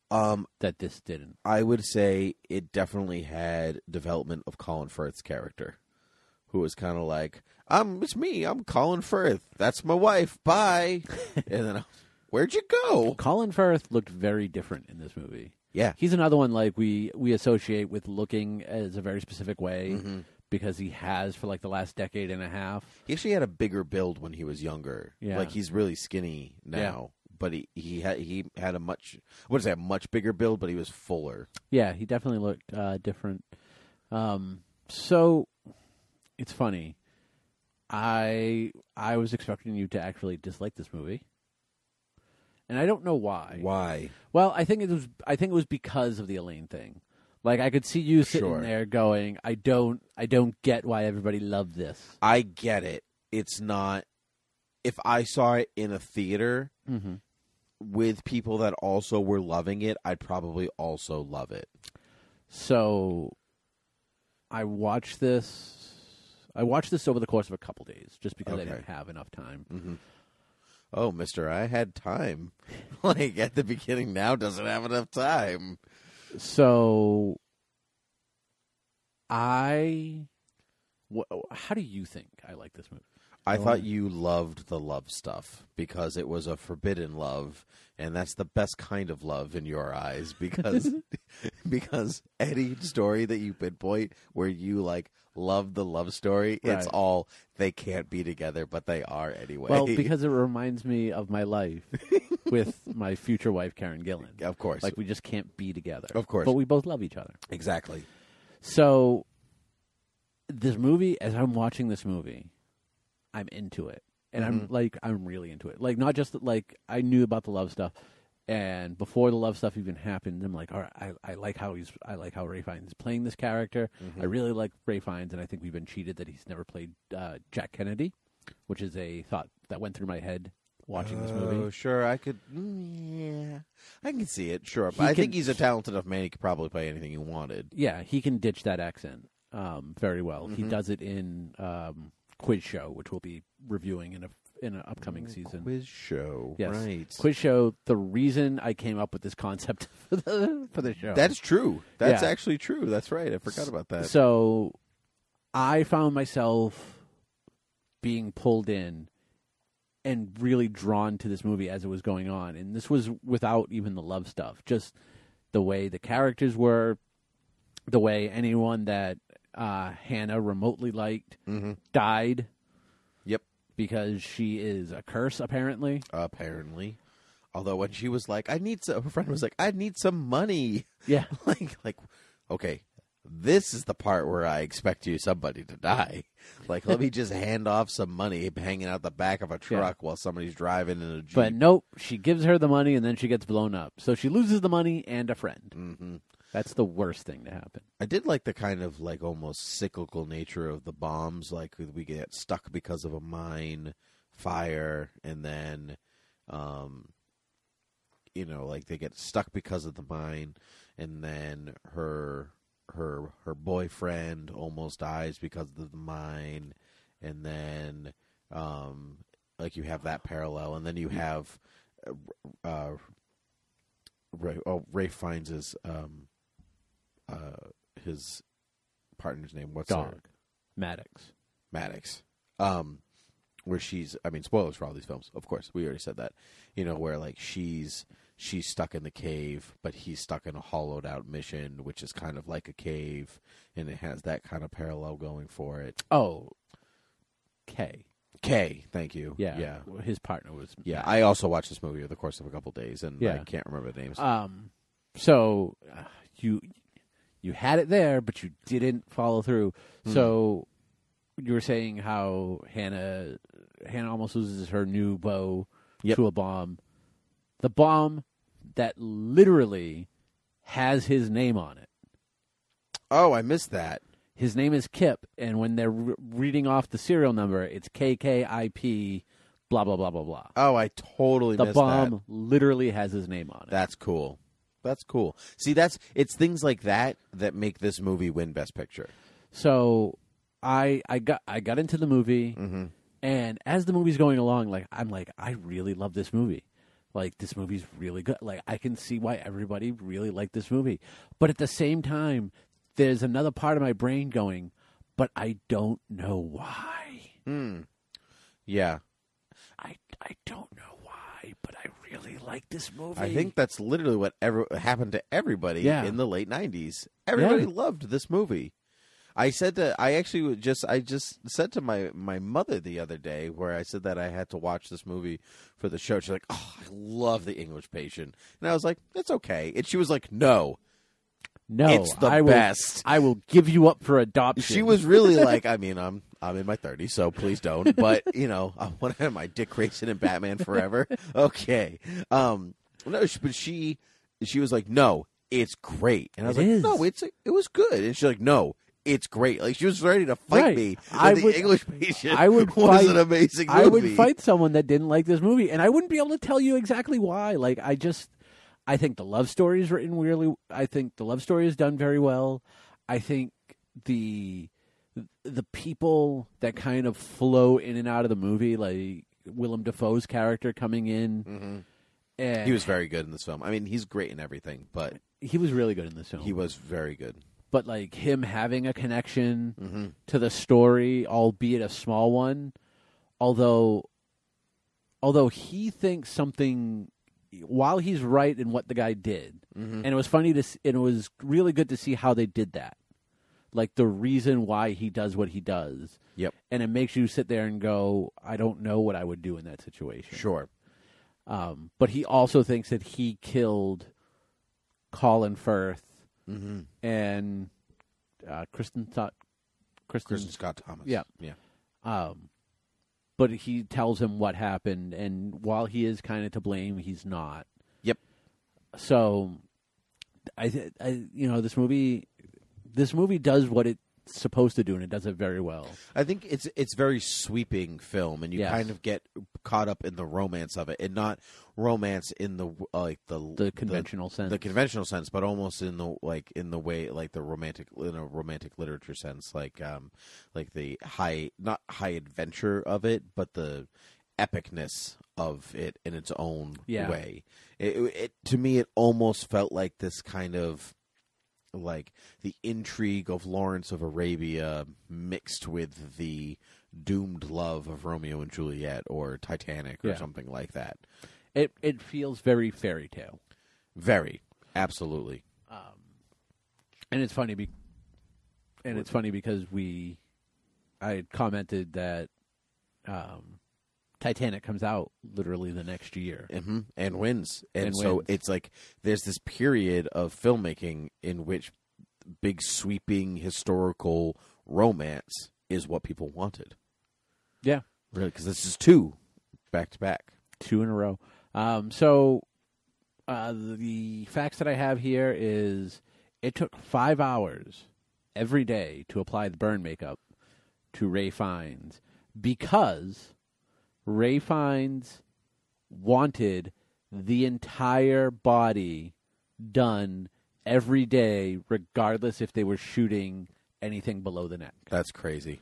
Um
that this didn't.
I would say it definitely had development of Colin Firth's character who was kind of like, "I'm it's me. I'm Colin Firth. That's my wife. Bye." and then I- where'd you go?
Colin Firth looked very different in this movie.
Yeah.
He's another one like we we associate with looking as a very specific way
Mm-hmm.
because he has for like the last decade and a half.
He actually had a bigger build when he was younger.
Yeah.
Like he's really skinny now, but he he had he had a much I wouldn't say a much bigger build, but he was fuller.
Yeah, he definitely looked uh, different. Um, so it's funny. I I was expecting you to actually dislike this movie, and I don't know why.
Why?
Well, I think it was I think it was because of the Elaine thing. Like I could see you sitting
Sure.
there going, I don't I don't get why everybody loved this.
I get it. It's not if I saw it in a theater
Mm-hmm.
with people that also were loving it, I'd probably also love it.
So I watched this. I watched this over the course of a couple days, just because I
Okay. Mm-hmm.
didn't have enough time.
Oh, mister, I had time. like at the beginning now doesn't have enough time.
So I, wha- how do you think I like this movie?
I thought you loved the love stuff because it was a forbidden love, and that's the best kind of love in your eyes because because any story that you pinpoint where you like love the love story, it's
Right.
all they can't be together, but they are anyway.
Well, because it reminds me of my life with my future wife Karen Gillan.
of course,
Like we just can't be together.
Of course.
but we both love each other.
exactly.
So this movie, as I'm watching this movie, I'm into it, and I'm like, I'm really into it. Like, not just that, like I knew about the love stuff, and before the love stuff even happened, I'm like, all right, I, I like how he's, I like how Ray Fiennes is playing this character. I really like Ray Fiennes, and I think we've been cheated that he's never played uh, Jack Kennedy, which is a thought that went through my head watching this
Oh,
movie.
sure, I could. mm, yeah, I can see it. Sure, but
He
I think
can-
he's a talented enough man. He could probably play anything he wanted.
Yeah, he can ditch that accent um, very well. He
Mm-hmm.
does it in um, Quiz Show, which we'll be reviewing in a in an upcoming season.
Quiz show,
Yes.
right?
Quiz show. The reason I came up with this concept for the for the show.
That's true. That's
Yeah.
actually true. That's right. I forgot about that.
so. I found myself being pulled in and really drawn to this movie as it was going on, and this was without even the love stuff. Just the way the characters were, the way anyone that uh, Hannah remotely liked died
yep.
because she is a curse apparently.
Apparently. Although when she was like, I need some her friend was like, I need some money.
Yeah.
like like okay. This is the part where I expect you somebody to die. Like let me just hand off some money hanging out the back of a truck while somebody's driving in a jeep.
But nope, she gives her the money and then she gets blown up. So she loses the money and a friend. Mm-hmm. That's the worst thing to happen.
I did like the kind of like almost cyclical nature of the bombs. Like we get stuck because of a mine fire, and then, um, you know, like they get stuck because of the mine, and then her her her boyfriend almost dies because of the mine, and then, um, like you have that parallel, and then you have, uh, uh Ray, oh Ray finds his um uh, his partner's name. What's
Dog.
her?
Maddox.
Maddox. Um, where she's, I mean, spoilers for all these films, of course. We already said that. You know, where like she's she's stuck in the cave, but he's stuck in a hollowed out mission, which is kind of like a cave, and it has that kind of parallel going for it.
Oh. K.
K, thank you.
Yeah.
yeah,
His partner was
yeah. I also watched this movie over the course of a couple days, and I
Yeah.
can't remember the names.
Um so uh, you you had it there but you didn't follow through. So you were saying how Hannah Hannah almost loses her new bow
Yep.
to a bomb. the bomb that literally has his name on it.
Oh, I missed that.
His name is Kip, and when they're re- reading off the serial number, it's KKIP, blah blah blah blah blah.
Oh, I totally
The
missed
bomb
that.
literally has his name on it.
That's cool. That's cool. See, that's it's things like that that make this movie win Best Picture.
So I I got I got into the movie,
Mm-hmm.
and as the movie's going along, like I'm like I really love this movie. Like this movie's really good. Like I can see why everybody really liked this movie. But at the same time, there's another part of my brain going, but I don't know why.
Yeah,
I I don't know why, but I really like this movie.
I think that's literally what ever happened to everybody
Yeah.
in the late '90s. Everybody
Yeah.
loved this movie. I said that I actually would just I just said to my my mother the other day where I said that I had to watch this movie for the show. She's like, "Oh, I love The English Patient," and I was like, "It's okay." And she was like, "No."
no,
it's the
I will,
best.
I will give you up for adoption.
She was really like, I mean, I'm I'm in my 30s, so please don't. But you know, I want to have my Dick Grayson and Batman forever. Okay. Um. No, she- but she she was like, no, it's great, and I was
It
like,
is.
no, it's it was good, and she's like, no. It's great. Like she was ready to fight
Right.
me. that
I
the
would-
English patient.
I would
was
fight-
an amazing. Movie.
I would fight someone that didn't like this movie, and I wouldn't be able to tell you exactly why. Like, I just, I think the love story is written really. I think the love story is done very well. I think the the people that kind of flow in and out of the movie, like Willem Dafoe's character coming in, and
Mm-hmm. He was very good in this film. I mean, he's great in everything, but
he was really good in this film.
he was very good.
but like him having a connection to the story, albeit a small one, although although he thinks something while he's right in what the guy did, and it was funny to s- and it was really good to see how they did that, like the reason why he does what he does,
Yep.
and it makes you sit there and go, I don't know what I would do in that situation.
Sure.
Um, but he also thinks that he killed Colin Firth and uh, Kristen thought Kristen.
Kristen Scott Thomas.
Yeah.
Yeah.
Um, but he tells him what happened, and while he is kind of to blame, he's not.
Yep.
So, I, th- I, you know, this movie, this movie does what it's supposed to do, and it does it very well.
I think it's it's very sweeping film, and you
Yes.
kind of get caught up in the romance of it, and not romance in the uh, like the
The conventional sense.
the conventional sense, but almost in the like in the way like the romantic in a romantic literature sense, like um like the high not high adventure of it, but the epicness of it in its own
Yeah.
way. It, it to me, it almost felt like this kind of like the intrigue of Lawrence of Arabia mixed with the doomed love of Romeo and Juliet or Titanic or
Yeah.
something like that.
It it feels very fairy tale.
Very, absolutely.
and it's funny be- and it's funny because we i had commented that um titanic comes out literally the next year
hmm And wins. And,
And
so
wins.
it's like there's this period of filmmaking in which big sweeping historical romance is what people wanted.
yeah
Really, because this is two back to back.
two in a row um so uh the facts that i have here is it took five hours every day to apply the burn makeup to ray fines because ray fines wanted the entire body done every day, regardless if they were shooting anything below the neck.
That's crazy.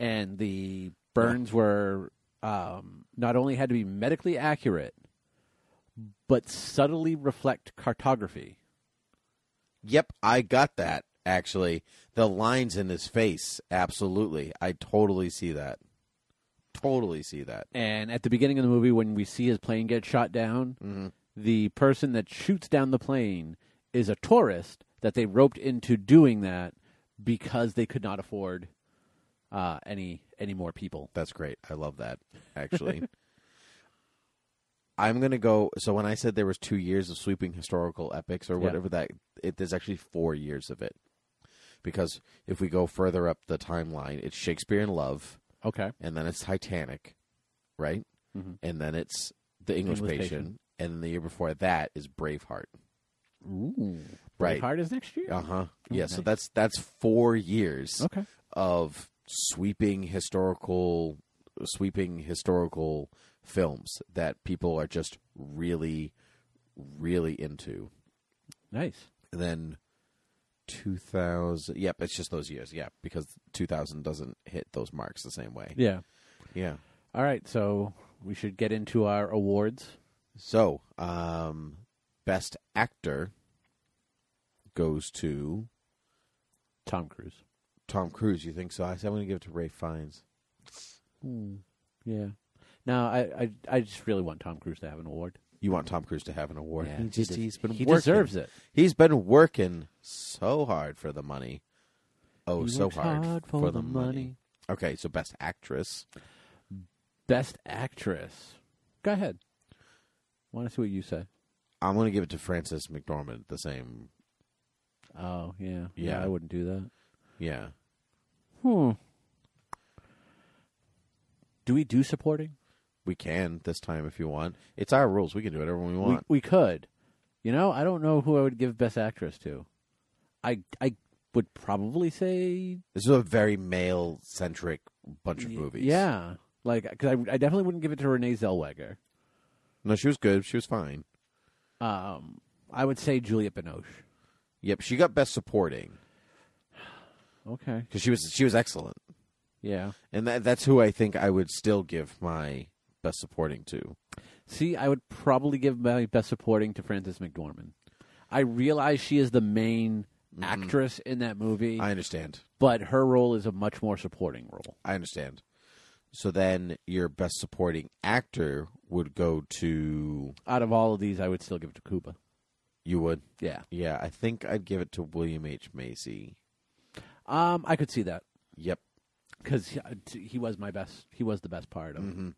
And the burns were um, not only had to be medically accurate, but subtly reflect cartography.
Yep, I got that actually. The lines in his face, absolutely. I totally see that. Totally see that.
And at the beginning of the movie, when we see his plane get shot down,
Mm-hmm.
the person that shoots down the plane is a tourist that they roped into doing that because they could not afford uh, any any more people.
That's great. I love that actually. I'm going to go so when I said there was 2 years of sweeping historical epics or
Yeah.
whatever that it there's actually 4 years of it. Because if we go further up the timeline, it's Shakespeare in Love,
Okay.
and then it's Titanic, right? And then it's The English,
Mm-hmm. English
Patient,
Patient.
and then the year before that is Braveheart.
Ooh.
Right.
Braveheart is next year?
Uh huh. Yeah. So that's that's four years
Oh, Okay.
of sweeping historical, sweeping historical films that people are just really, really into.
Nice.
And then 2000 yep it's just those years yeah because 2000 doesn't hit those marks the same way
Yeah.
yeah
All right. So we should get into our awards.
so um best actor goes to
Tom Cruise.
tom cruise you think so i said i'm gonna give it to ray fiennes
Yeah. No, I, I I just really want Tom Cruise to have an award.
you want tom cruise to have an award
Yeah,
he just
he de-
he's been
he
working.
deserves it.
he's been working so hard for the money oh
He
so
works
hard,
hard for the money.
okay so best actress
Best actress. Go ahead. Want to see what you say?
i'm gonna give it to frances mcdormand the same
Oh yeah,
Yeah.
I wouldn't do that.
yeah
Hmm. Do we do supporting?
We can this time if you want. It's our rules. We can do whatever we
We,
want.
we could. You know, I don't know who I would give best actress to. I I would probably say
this is a very male centric bunch of movies.
yeah, like because I, I definitely wouldn't give it to Renee Zellweger.
No, she was good. She was fine.
Um, I would say Juliette Binoche.
Yep. She got best supporting
Okay.
because she was she was excellent,
Yeah.
and that that's who I think I would still give my best supporting to.
See, I would probably give my best supporting to Frances McDormand. I realize she is the main actress in that movie,
Mm-hmm. I understand.
but her role is a much more supporting role.
I understand. So then your best supporting actor would go to
Out of all of these, I would still give it to Cuba.
you would.
Yeah.
Yeah, I think I'd give it to William H Macy.
Um, I could see that
Yep.
because he, uh, he was my best. He was the best part of it.
Mm-hmm.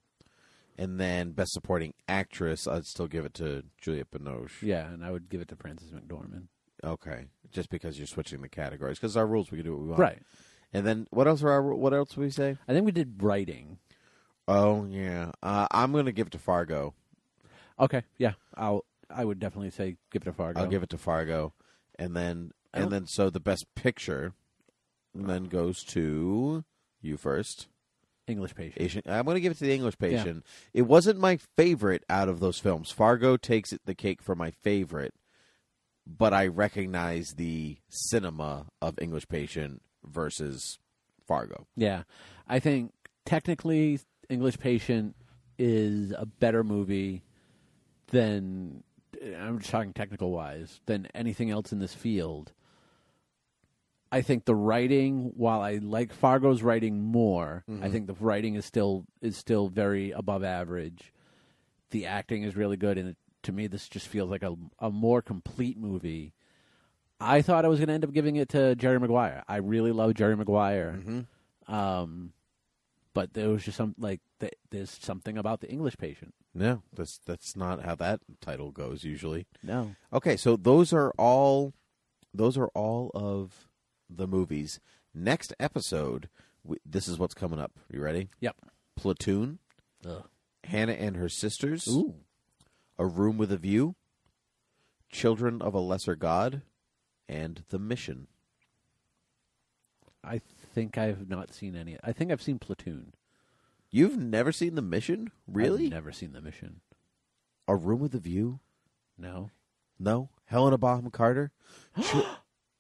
And then best supporting actress, I'd still give it to Juliette Binoche.
Yeah, and I would give it to Frances McDormand.
Okay, just because you're switching the categories, because our rules, we can do what we want.
Right.
And then what else are our ru- what else would we say?
I think we did writing.
Oh yeah, uh, I'm gonna give it to Fargo.
Okay. Yeah. I'll. I would definitely say give it to Fargo.
I'll give it to Fargo, and then
I
and
don't-
then so the best picture, then goes to you first.
English Patient.
Asian. I'm going to give it to the English Patient. It wasn't my favorite out of those films. Fargo takes it the cake for my favorite, but I recognize the cinema of English Patient versus Fargo.
Yeah, I think technically English Patient is a better movie than I'm just talking technical wise than anything else in this field. I think the writing, while I like Fargo's writing more, I think the writing is still is still very above average. The acting is really good, and it, to me, this just feels like a a more complete movie. I thought I was going to end up giving it to Jerry Maguire. I really love Jerry Maguire. Um, but there was just some like th- there's something about the English patient.
No, that's that's not how that title goes usually.
No.
Okay, so those are all those are all of the movies. Next episode, w this is what's coming up. You ready?
Yep.
Platoon, Hannah and her sisters.
Ooh.
A Room with a View, Children of a Lesser God, and The Mission.
I think I've not seen any. I think I've seen Platoon.
You've never seen The Mission? Really?
I've never seen The Mission.
A Room with a View?
No.
No. Helena Bonham Carter? Chil-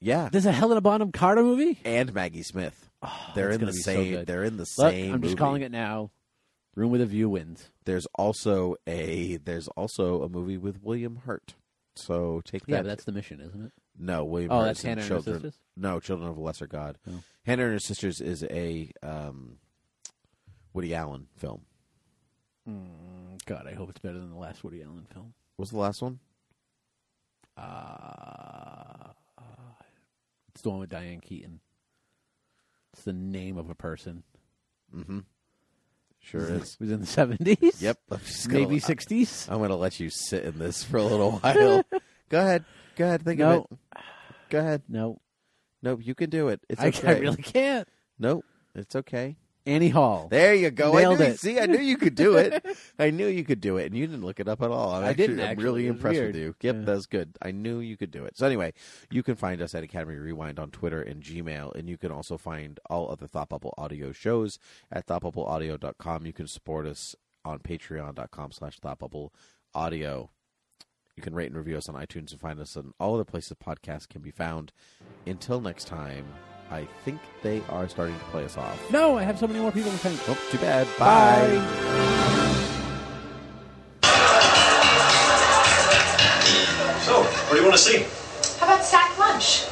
yeah.
There's a Helena Bonham Carter movie.
And Maggie Smith. they're in
that's Ah, gonna
the
be so
same.
good.
they're in the
Look,
same.
I'm just
movie.
calling it now. Room with a View wins.
There's also a. There's also a movie with William Hurt. So take
Yeah,
that.
but that's The Mission, isn't it?
No, William.
Oh,
Hurt
that's
is in
Hannah and Her
Children.
Sisters? Oh.
No, Children of a Lesser God. Hannah and Her Sisters is a um, Woody Allen film.
God, I hope it's better than the last Woody Allen film.
What's the last one?
Uh, it's the one with Diane Keaton. It's the name of a person.
Sure is.
It was in the seventies.
Yep. I'm just gonna- Uh,
Maybe sixties.
I, am going to let you sit in this for a little while. Go ahead. Go ahead. Think
No.
of it. Go ahead.
No,
Nope. You can do it. It's
I,
okay.
I really can't.
Nope. It's okay.
Annie Hall.
There you go.
Nailed
I knew,
it.
See, I knew you could do it. I knew you could do it, and you didn't look it up at all. I'm
I didn't,
I'm
actually.
really
It was
impressed
weird.
with you. Yep, that's good. I knew you could do it. So anyway, you can find us at Academy Rewind on Twitter and Gmail, and you can also find all other Thought Bubble Audio shows at thoughtbubbleaudio.com. You can support us on patreon.com slash thoughtbubble audio. You can rate and review us on iTunes and find us on all other places podcasts can be found. Until next time, I think they are starting to play us off.
No, I have so many more people to thank.
Nope, Oh, too bad. Bye.
Bye.
So, what do you want to see?
How about sack lunch?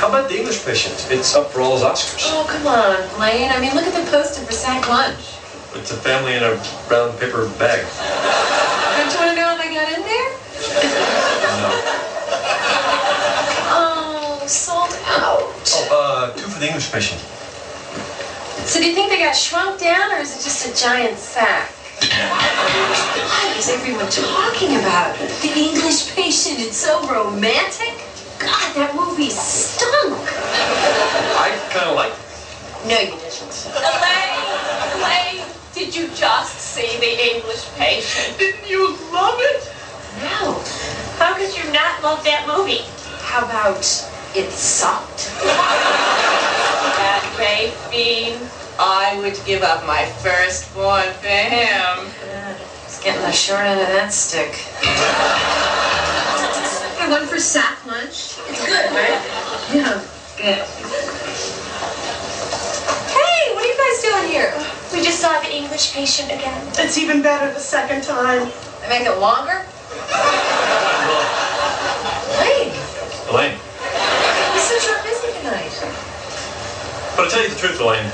How about the English patient? It's up for all his Oscars.
Oh, come on, Blaine. I mean, look at the poster for sack lunch.
It's a family in a brown paper bag.
Don't you want to know how they got in there? oh, sold out.
Oh, uh, two for the English patient.
So do you think they got shrunk down, or is it just a giant sack? Why is everyone talking about it? The English patient. It's so romantic. God, that movie stunk.
I kind of like
No, you didn't. Elaine, Elaine, did you just see the English patient? Didn't you love it? No. How could you not love that movie? How about it sucked? that may mean I would give up my firstborn for him. It's getting the short end of that stick. I went for sack lunch. It's good, right? Yeah, good. Hey, what are you guys doing here?
We just saw the English patient again.
It's even better the second time.
They make it longer? Wait,
Elaine.
you said you were busy tonight.
But I tell you the truth, Elaine,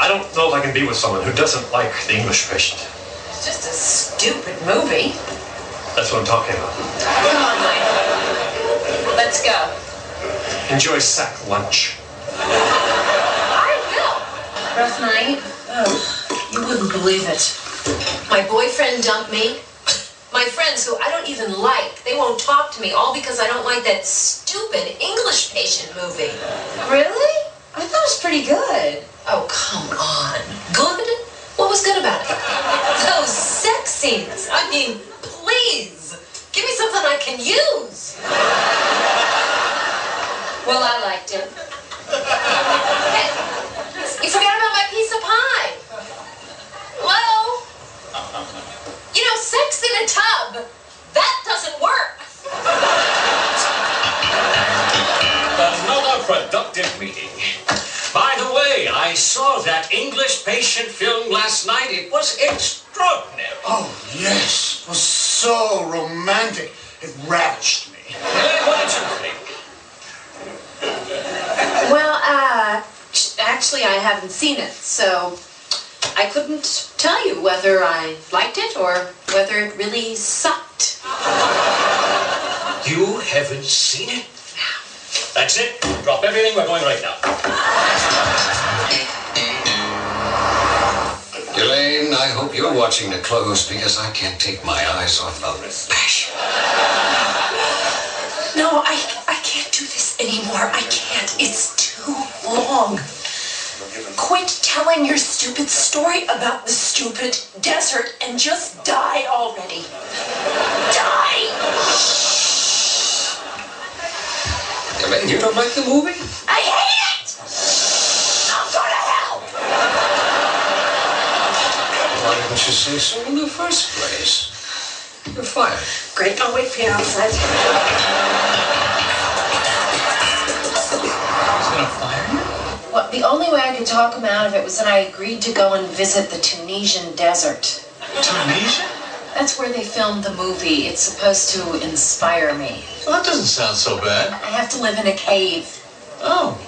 I don't know if I can be with someone who doesn't like the English patient.
It's just a stupid movie.
That's what I'm talking about.
Come on, Mike. Let's go.
Enjoy sack lunch.
I will. Rough night. Oh, you wouldn't believe it. My boyfriend dumped me. My friends who I don't even like, they won't talk to me, all because I don't like that stupid English patient movie. Really? I thought it was pretty good. Oh, come on. Good? What was good about it? Those sex scenes. I mean, please. Give me something I can use. well, I liked it. Hey, you forgot about my piece of pie. Hello? You know, sex in a tub, that doesn't work.
Another productive meeting. By the way, I saw that English patient film last night. It was extraordinary.
Oh, yes. It was so romantic. It ravished me.
Elaine, what did you think?
Well, uh, sh- actually, I haven't seen it, so I couldn't tell you whether I liked it or whether it really sucked.
You haven't seen it? That's it. Drop everything. We're going right now.
Elaine, I hope you're watching the close because I can't take my eyes off the passion.
No, I, I can't do this anymore. I can't. It's too long. Quit telling your stupid story about the stupid desert and just die already. Die!
Elaine, you don't like the movie?
I hate it! I'll go to hell!
Why didn't you say so in the first place? You're fired.
Great, I'll wait for you outside.
Well, the only way I could talk him out of it was that I agreed to go and visit the Tunisian desert.
Tunisia?
That's where they filmed the movie. It's supposed to inspire me.
Well, that doesn't sound so bad.
I have to live in a cave.
Oh,